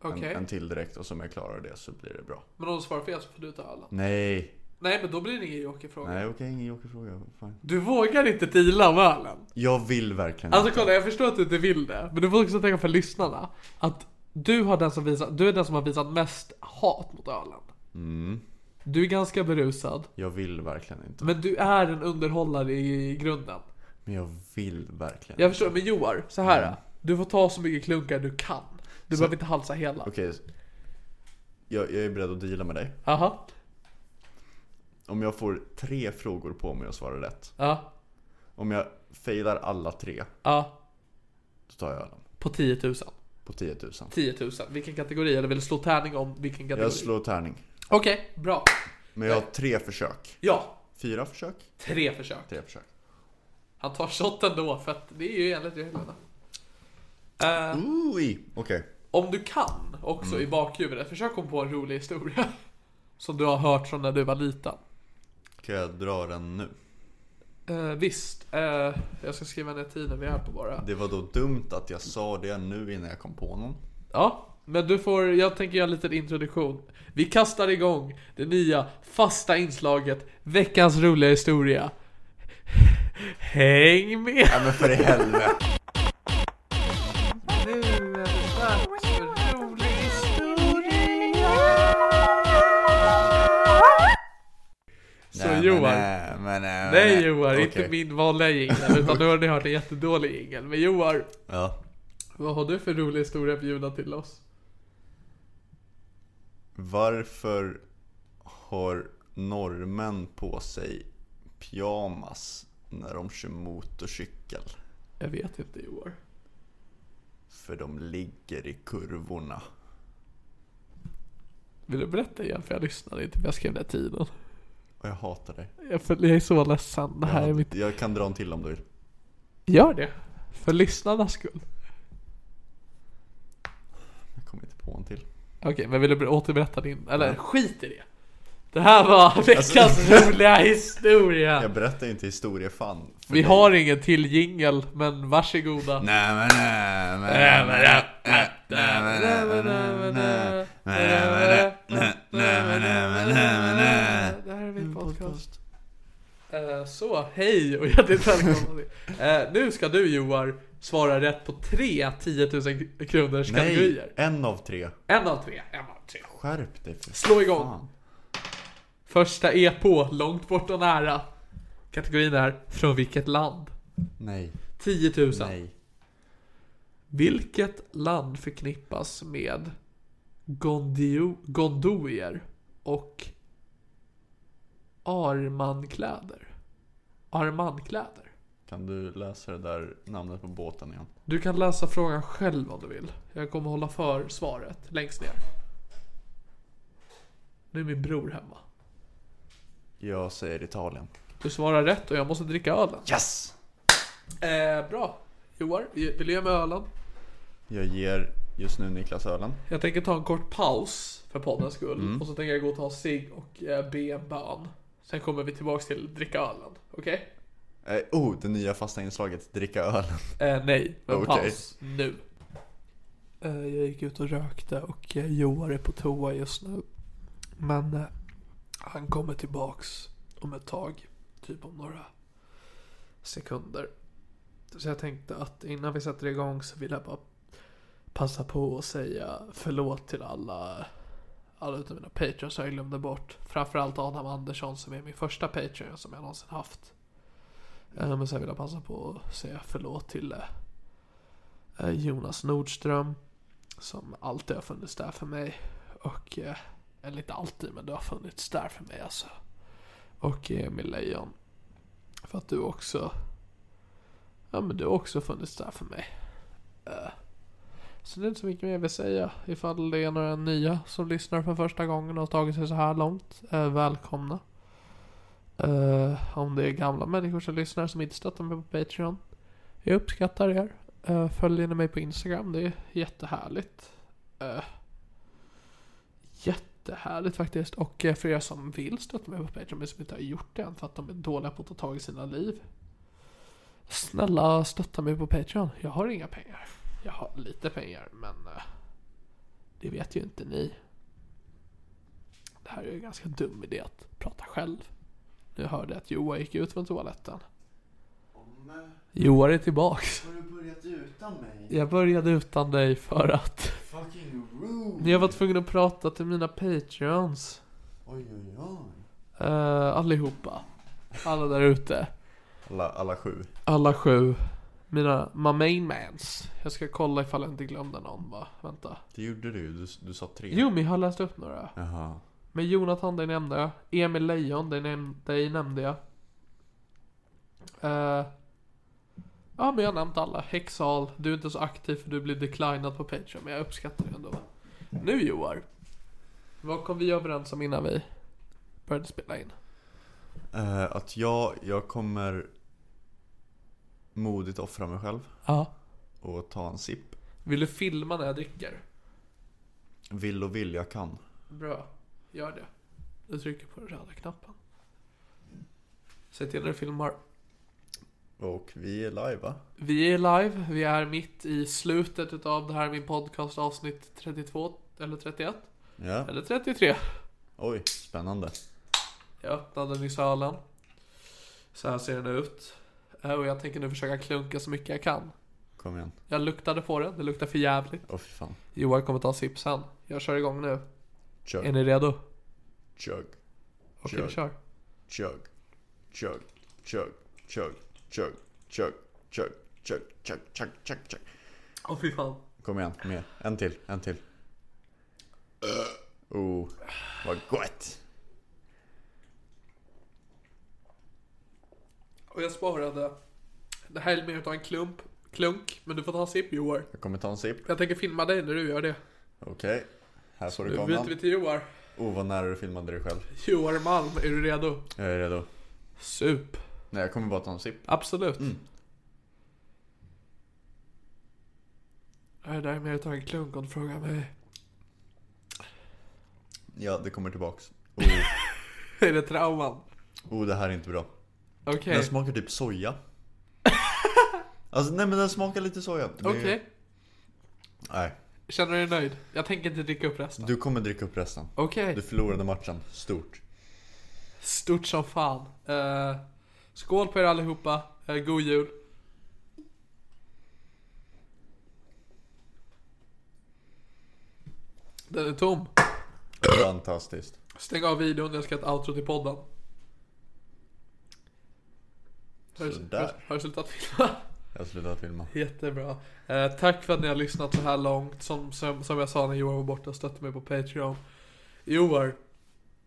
Speaker 1: Okej.
Speaker 2: En, en till direkt och som jag klarar det så blir det bra.
Speaker 1: Men om du svarar fel så får du ta ölen.
Speaker 2: Nej!
Speaker 1: Nej, men då blir det ingen jokerfråga.
Speaker 2: Nej okej, ingen Joker-fråga. Fine.
Speaker 1: Du vågar inte deala om ölen.
Speaker 2: Jag vill verkligen
Speaker 1: Alltså
Speaker 2: inte.
Speaker 1: kolla, jag förstår att du inte vill det. Men du får också tänka för lyssnarna. Att du, har den som visat, du är den som har visat mest hat mot ölen.
Speaker 2: Mm.
Speaker 1: Du är ganska berusad.
Speaker 2: Jag vill verkligen inte.
Speaker 1: Men du är en underhållare i grunden.
Speaker 2: Men jag vill verkligen
Speaker 1: Jag förstår, men Joar, så här.
Speaker 2: Mm.
Speaker 1: Du får ta så mycket klunkar du kan. Du behöver inte halsa hela.
Speaker 2: Okej. Jag, jag är beredd att deala med dig.
Speaker 1: Aha.
Speaker 2: Om jag får tre frågor på mig och svarar rätt.
Speaker 1: Ja.
Speaker 2: Om jag failar alla tre,
Speaker 1: Ja.
Speaker 2: då tar jag ölen.
Speaker 1: På 10 000.
Speaker 2: På 10 000.
Speaker 1: 10 000. Vilken kategori? Eller vill du slå tärning om vilken kategori?
Speaker 2: Jag slår tärning.
Speaker 1: Okej, bra.
Speaker 2: Men jag har tre försök.
Speaker 1: Ja.
Speaker 2: Fyra försök?
Speaker 1: Tre försök.
Speaker 2: Tre försök.
Speaker 1: Han tar shotten då för att det är ju enligt reglerna.
Speaker 2: Ui! Okej.
Speaker 1: Om du kan också
Speaker 2: Mm.
Speaker 1: i bakhuvudet, försök komma på en rolig historia. Som du har hört från när du var liten.
Speaker 2: Kan jag dra den nu?
Speaker 1: Eh, visst, eh, jag ska skriva ner tiden vi är på bara.
Speaker 2: Det var då dumt att jag sa det nu innan jag kom på någon.
Speaker 1: Ja, men du får, jag tänker göra en liten introduktion. Vi kastar igång det nya fasta inslaget Veckans roliga historia. Häng med!
Speaker 2: Nej men för i helvete!
Speaker 1: Nu är det dags för rolig historia! Så
Speaker 2: Nej, men
Speaker 1: Johan.
Speaker 2: nej, men nej, men
Speaker 1: Nej
Speaker 2: nej.
Speaker 1: Joar, inte
Speaker 2: Okej.
Speaker 1: min vanliga jingel utan nu har ni hört en jättedålig jingel. Men Joar,
Speaker 2: Ja.
Speaker 1: vad har du för rolig historia att bjuda till oss?
Speaker 2: Varför har norrmän på sig pyjamas när de kör motorcykel?
Speaker 1: Jag vet inte Joar.
Speaker 2: För de ligger i kurvorna.
Speaker 1: Vill du berätta igen? För jag lyssnade inte, men jag skrev ner tiden.
Speaker 2: Och jag hatar dig.
Speaker 1: Jag, för, jag är så ledsen. Det här är
Speaker 2: Jag,
Speaker 1: mitt...
Speaker 2: jag kan dra en till om du vill.
Speaker 1: Gör det! För lyssnarnas skull.
Speaker 2: Jag kommer inte på en till.
Speaker 1: Okej, men vill du ber- återberätta din? Eller skit i det! Det här var veckans roliga historia!
Speaker 2: Alltså- Jag berättar ju inte historiefan. för
Speaker 1: Vi
Speaker 2: dig.
Speaker 1: har ingen till jingel, men varsågoda.
Speaker 2: Nej men nej men nej men nej nej men nej men nej men nej men nej nej men nej men nej men nej.
Speaker 1: Det här är min podcast. Eh, Så, hej och hjärtligt välkomna till. Eh, Nu ska du Joar svara rätt på tre 10 000 kronors
Speaker 2: Nej,
Speaker 1: kategorier.
Speaker 2: en av tre.
Speaker 1: En av tre, en av tre.
Speaker 2: Skärp dig för
Speaker 1: Slå igång. E
Speaker 2: fan.
Speaker 1: Första är på, långt bort och nära. Kategorin är Från vilket land?
Speaker 2: Nej.
Speaker 1: 10 000.
Speaker 2: Nej.
Speaker 1: Vilket land förknippas med gondio, gondolier och armankläder? Armankläder?
Speaker 2: Kan du läsa det där namnet på båten igen?
Speaker 1: Du kan läsa frågan själv om du vill. Jag kommer hålla för svaret längst ner. Nu är min bror hemma.
Speaker 2: Jag säger Italien.
Speaker 1: Du svarar rätt och jag måste dricka ölen.
Speaker 2: Yes!
Speaker 1: Eh, bra. Joar, vill du ge mig ölen?
Speaker 2: Jag ger just nu Niklas ölen.
Speaker 1: Jag tänker ta en kort paus för poddens skull. Och så tänker jag gå och ta en cigg och eh, be en bön. Sen kommer vi tillbaks till dricka ölen. Okej?
Speaker 2: Eh, oh, det nya fasta inslaget, dricka ölen.
Speaker 1: Eh, nej, men
Speaker 2: Okej.
Speaker 1: paus. Nu. Eh, jag gick ut och rökte och eh, Joar är på toa just nu. Men eh, han kommer tillbaks om ett tag. Typ om några sekunder. Så jag tänkte att innan vi sätter igång så vill jag bara passa på att säga förlåt till alla alla utom mina patreons jag glömde bort. Framförallt Adam Andersson som är min första patreon som jag någonsin haft. Eh, Men sen vill jag passa på att säga förlåt till eh, eh, Jonas Nordström som alltid har funnits där för mig. Och, eh, eller inte alltid, men du har funnits där för mig alltså. Och Emil Lejon. För att du också, ja men du har också funnits där för mig. Eh, Så det är inte så mycket mer jag vill säga. Ifall det är några nya som lyssnar för första gången och har tagit sig så här långt, eh, välkomna. Eh, om det är gamla människor som lyssnar som inte stöttar mig på Patreon. Jag uppskattar er. Eh, följer ni mig på Instagram, det är jättehärligt. Eh, jättehärligt faktiskt. Och eh, för er som vill stötta mig på Patreon men som inte har gjort det än för att de är dåliga på att ta tag i sina liv. Snälla stötta mig på Patreon. Jag har inga pengar. Jag har lite pengar men eh, det vet ju inte ni. Det här är ju en ganska dum idé att prata själv. Nu hörde jag att Joa gick ut från toaletten. Joa är tillbaks.
Speaker 2: eh, Har du börjat utan mig?
Speaker 1: Jag började utan dig för att
Speaker 2: Fucking rude!
Speaker 1: ni har varit tvungna att prata till mina patreons.
Speaker 2: Oj, oj, oj.
Speaker 1: Eh, allihopa. Alla där ute.
Speaker 2: Alla, alla sju.
Speaker 1: Alla sju. Mina my main mans. Jag ska kolla ifall jag inte glömde någon va. Vänta.
Speaker 2: Det gjorde du ju, du, du sa tre.
Speaker 1: Jo, men jag har läst upp några.
Speaker 2: Jaha.
Speaker 1: Men Jonathan, det nämnde jag. Emil Lejon, det, näm- det nämnde jag. Eh, ja, men jag har nämnt alla. Hexal, du är inte så aktiv för du blir declinad på Patreon, men jag uppskattar det ändå. Nu Joar. Vad kom vi överens om innan vi började spela in?
Speaker 2: Eh, att jag, jag kommer modigt offra mig själv
Speaker 1: Ja.
Speaker 2: och ta en sipp.
Speaker 1: Vill du filma när jag dricker?
Speaker 2: Vill och vill, jag kan.
Speaker 1: Bra, gör det. Du trycker på den röda knappen. Säg till när du filmar.
Speaker 2: Och vi är live va?
Speaker 1: Vi är live, vi är mitt i slutet utav det här min podcast avsnitt 32 eller 31
Speaker 2: Ja.
Speaker 1: eller 33.
Speaker 2: Oj, spännande.
Speaker 1: Jag öppnade nyss ölen. Så här ser den ut. Eh, Och jag tänker nu försöka klunka så mycket jag kan.
Speaker 2: Kom igen.
Speaker 1: Jag luktade på den, det luktar för jävligt.
Speaker 2: Åh fy fan.
Speaker 1: Johan kommer ta en sipp sen. Jag kör igång nu. Är
Speaker 2: Chug,
Speaker 1: ni redo?
Speaker 2: chug,
Speaker 1: Okej, vi
Speaker 2: Kör.
Speaker 1: kör.
Speaker 2: chug, chug, chug, chug, chug, chug, chug, chug, chug, chug, chug, chug.
Speaker 1: Åh fy fan.
Speaker 2: Kom igen, mer. En till, en till. Oh, vad gott.
Speaker 1: Och jag sparade. Det här är mer utav en klump, klunk, men du får ta en sipp Joar.
Speaker 2: Jag kommer ta en sipp.
Speaker 1: Jag tänker filma dig när du gör det.
Speaker 2: Okej. Här får du
Speaker 1: Nu byter vi
Speaker 2: kameran.
Speaker 1: till Joar.
Speaker 2: Oh, vad nära du filmade dig själv.
Speaker 1: Joar Malm, är du redo?
Speaker 2: Jag är redo.
Speaker 1: Sup.
Speaker 2: Nej, jag kommer bara ta en sipp.
Speaker 1: Absolut. Det där är mer utav en klunk om du frågar mig.
Speaker 2: Ja, det kommer tillbaks. Oh,
Speaker 1: Är det trauman?
Speaker 2: oh det här är inte bra.
Speaker 1: Okej.
Speaker 2: Den smakar typ soja. Alltså nej men den smakar lite soja. Det är-
Speaker 1: Okej.
Speaker 2: Nej,
Speaker 1: Känner du dig nöjd? Jag tänker inte dricka upp resten.
Speaker 2: du kommer dricka upp resten.
Speaker 1: Okej.
Speaker 2: Du förlorade matchen, stort.
Speaker 1: Stort som fan. Eh, skål på er allihopa. Eh, god jul. Den är tom.
Speaker 2: Fantastiskt.
Speaker 1: Stäng av videon, jag ska ha ett outro till podden. Har du, har,
Speaker 2: Sådär.
Speaker 1: har du slutat filma?
Speaker 2: Jag har slutat filma.
Speaker 1: Jättebra. Eh, tack för att ni har lyssnat så här långt. Som, som, som jag sa när Johan var borta, stötte mig på Patreon. Johan,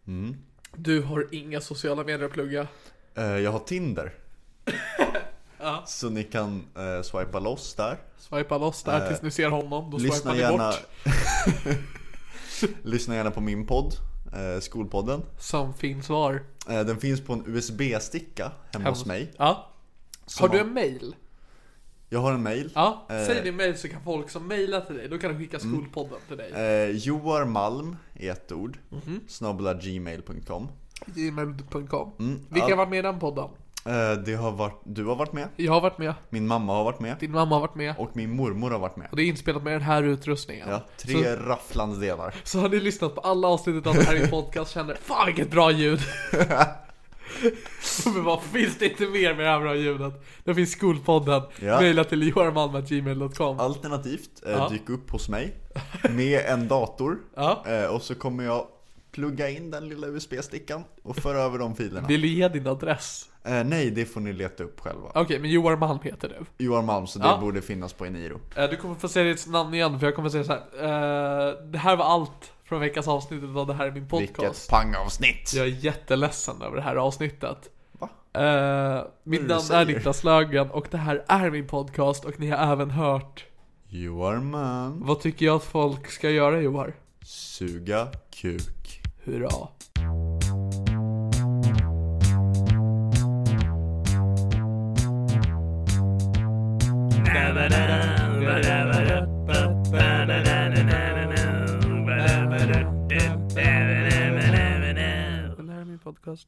Speaker 2: Mm.
Speaker 1: du har inga sociala medier att plugga.
Speaker 2: Eh, Jag har Tinder.
Speaker 1: Ja.
Speaker 2: Så ni kan eh, swipa loss där.
Speaker 1: Swipa loss där
Speaker 2: Eh,
Speaker 1: tills ni ser honom, då swipar
Speaker 2: Lyssna
Speaker 1: ni
Speaker 2: gärna...
Speaker 1: bort.
Speaker 2: Lyssna gärna på min podd, eh, Skolpodden.
Speaker 1: Som finns var.
Speaker 2: Eh, den finns på en USB-sticka hemma hos mig.
Speaker 1: Ja.
Speaker 2: Så
Speaker 1: Har du
Speaker 2: man-
Speaker 1: en mail?
Speaker 2: Jag har en mail.
Speaker 1: Ja, säg
Speaker 2: Eh. Mm.
Speaker 1: din mail så kan folk som mailar till dig, då kan de skicka skolpodden till dig.
Speaker 2: Eh, Joar Malm i ett ord.
Speaker 1: Mhm.
Speaker 2: Snabbla gmail.com.
Speaker 1: Gmail.com.
Speaker 2: Mm.
Speaker 1: Vilka har varit med i den podden?
Speaker 2: Eh, det har varit, du har varit med,
Speaker 1: Jag har varit med,
Speaker 2: min mamma har varit med
Speaker 1: din mamma har varit med.
Speaker 2: och min mormor har varit med.
Speaker 1: Och det är inspelat med den här utrustningen.
Speaker 2: Ja, tre
Speaker 1: så,
Speaker 2: rafflande delar.
Speaker 1: så har ni lyssnat på alla avsnittet av det här i podcast känner Fan vilket bra ljud! Men vad finns det inte mer med det här bra ljudet? Det finns skolpodden.
Speaker 2: Ja.
Speaker 1: Maila till joarmalm.gmail.com.
Speaker 2: Alternativt eh, dyk upp hos mig med en dator
Speaker 1: Ja.
Speaker 2: eh, och så kommer jag plugga in den lilla USB-stickan och föra över de filerna.
Speaker 1: Vill du ge din adress?
Speaker 2: Eh, nej, det får ni leta upp själva.
Speaker 1: Okej, men Joar Malm heter du.
Speaker 2: Johan Malm, så det
Speaker 1: Ja.
Speaker 2: borde finnas på Eniro.
Speaker 1: Eh, Du kommer få säga ditt namn igen för jag kommer säga så här. eh, det här var allt från veckans avsnitt av det här är min podcast.
Speaker 2: Vilket pangavsnitt!
Speaker 1: Jag är jätteledsen över det här avsnittet.
Speaker 2: Va?
Speaker 1: Eh, mitt
Speaker 2: du
Speaker 1: namn är
Speaker 2: säger?
Speaker 1: Niklas Lögen och det här är min podcast och ni har även hört
Speaker 2: Johan Malm,
Speaker 1: Vad tycker jag att folk ska göra Johar?
Speaker 2: suga kuk.
Speaker 1: Hurra! Det här är min podcast.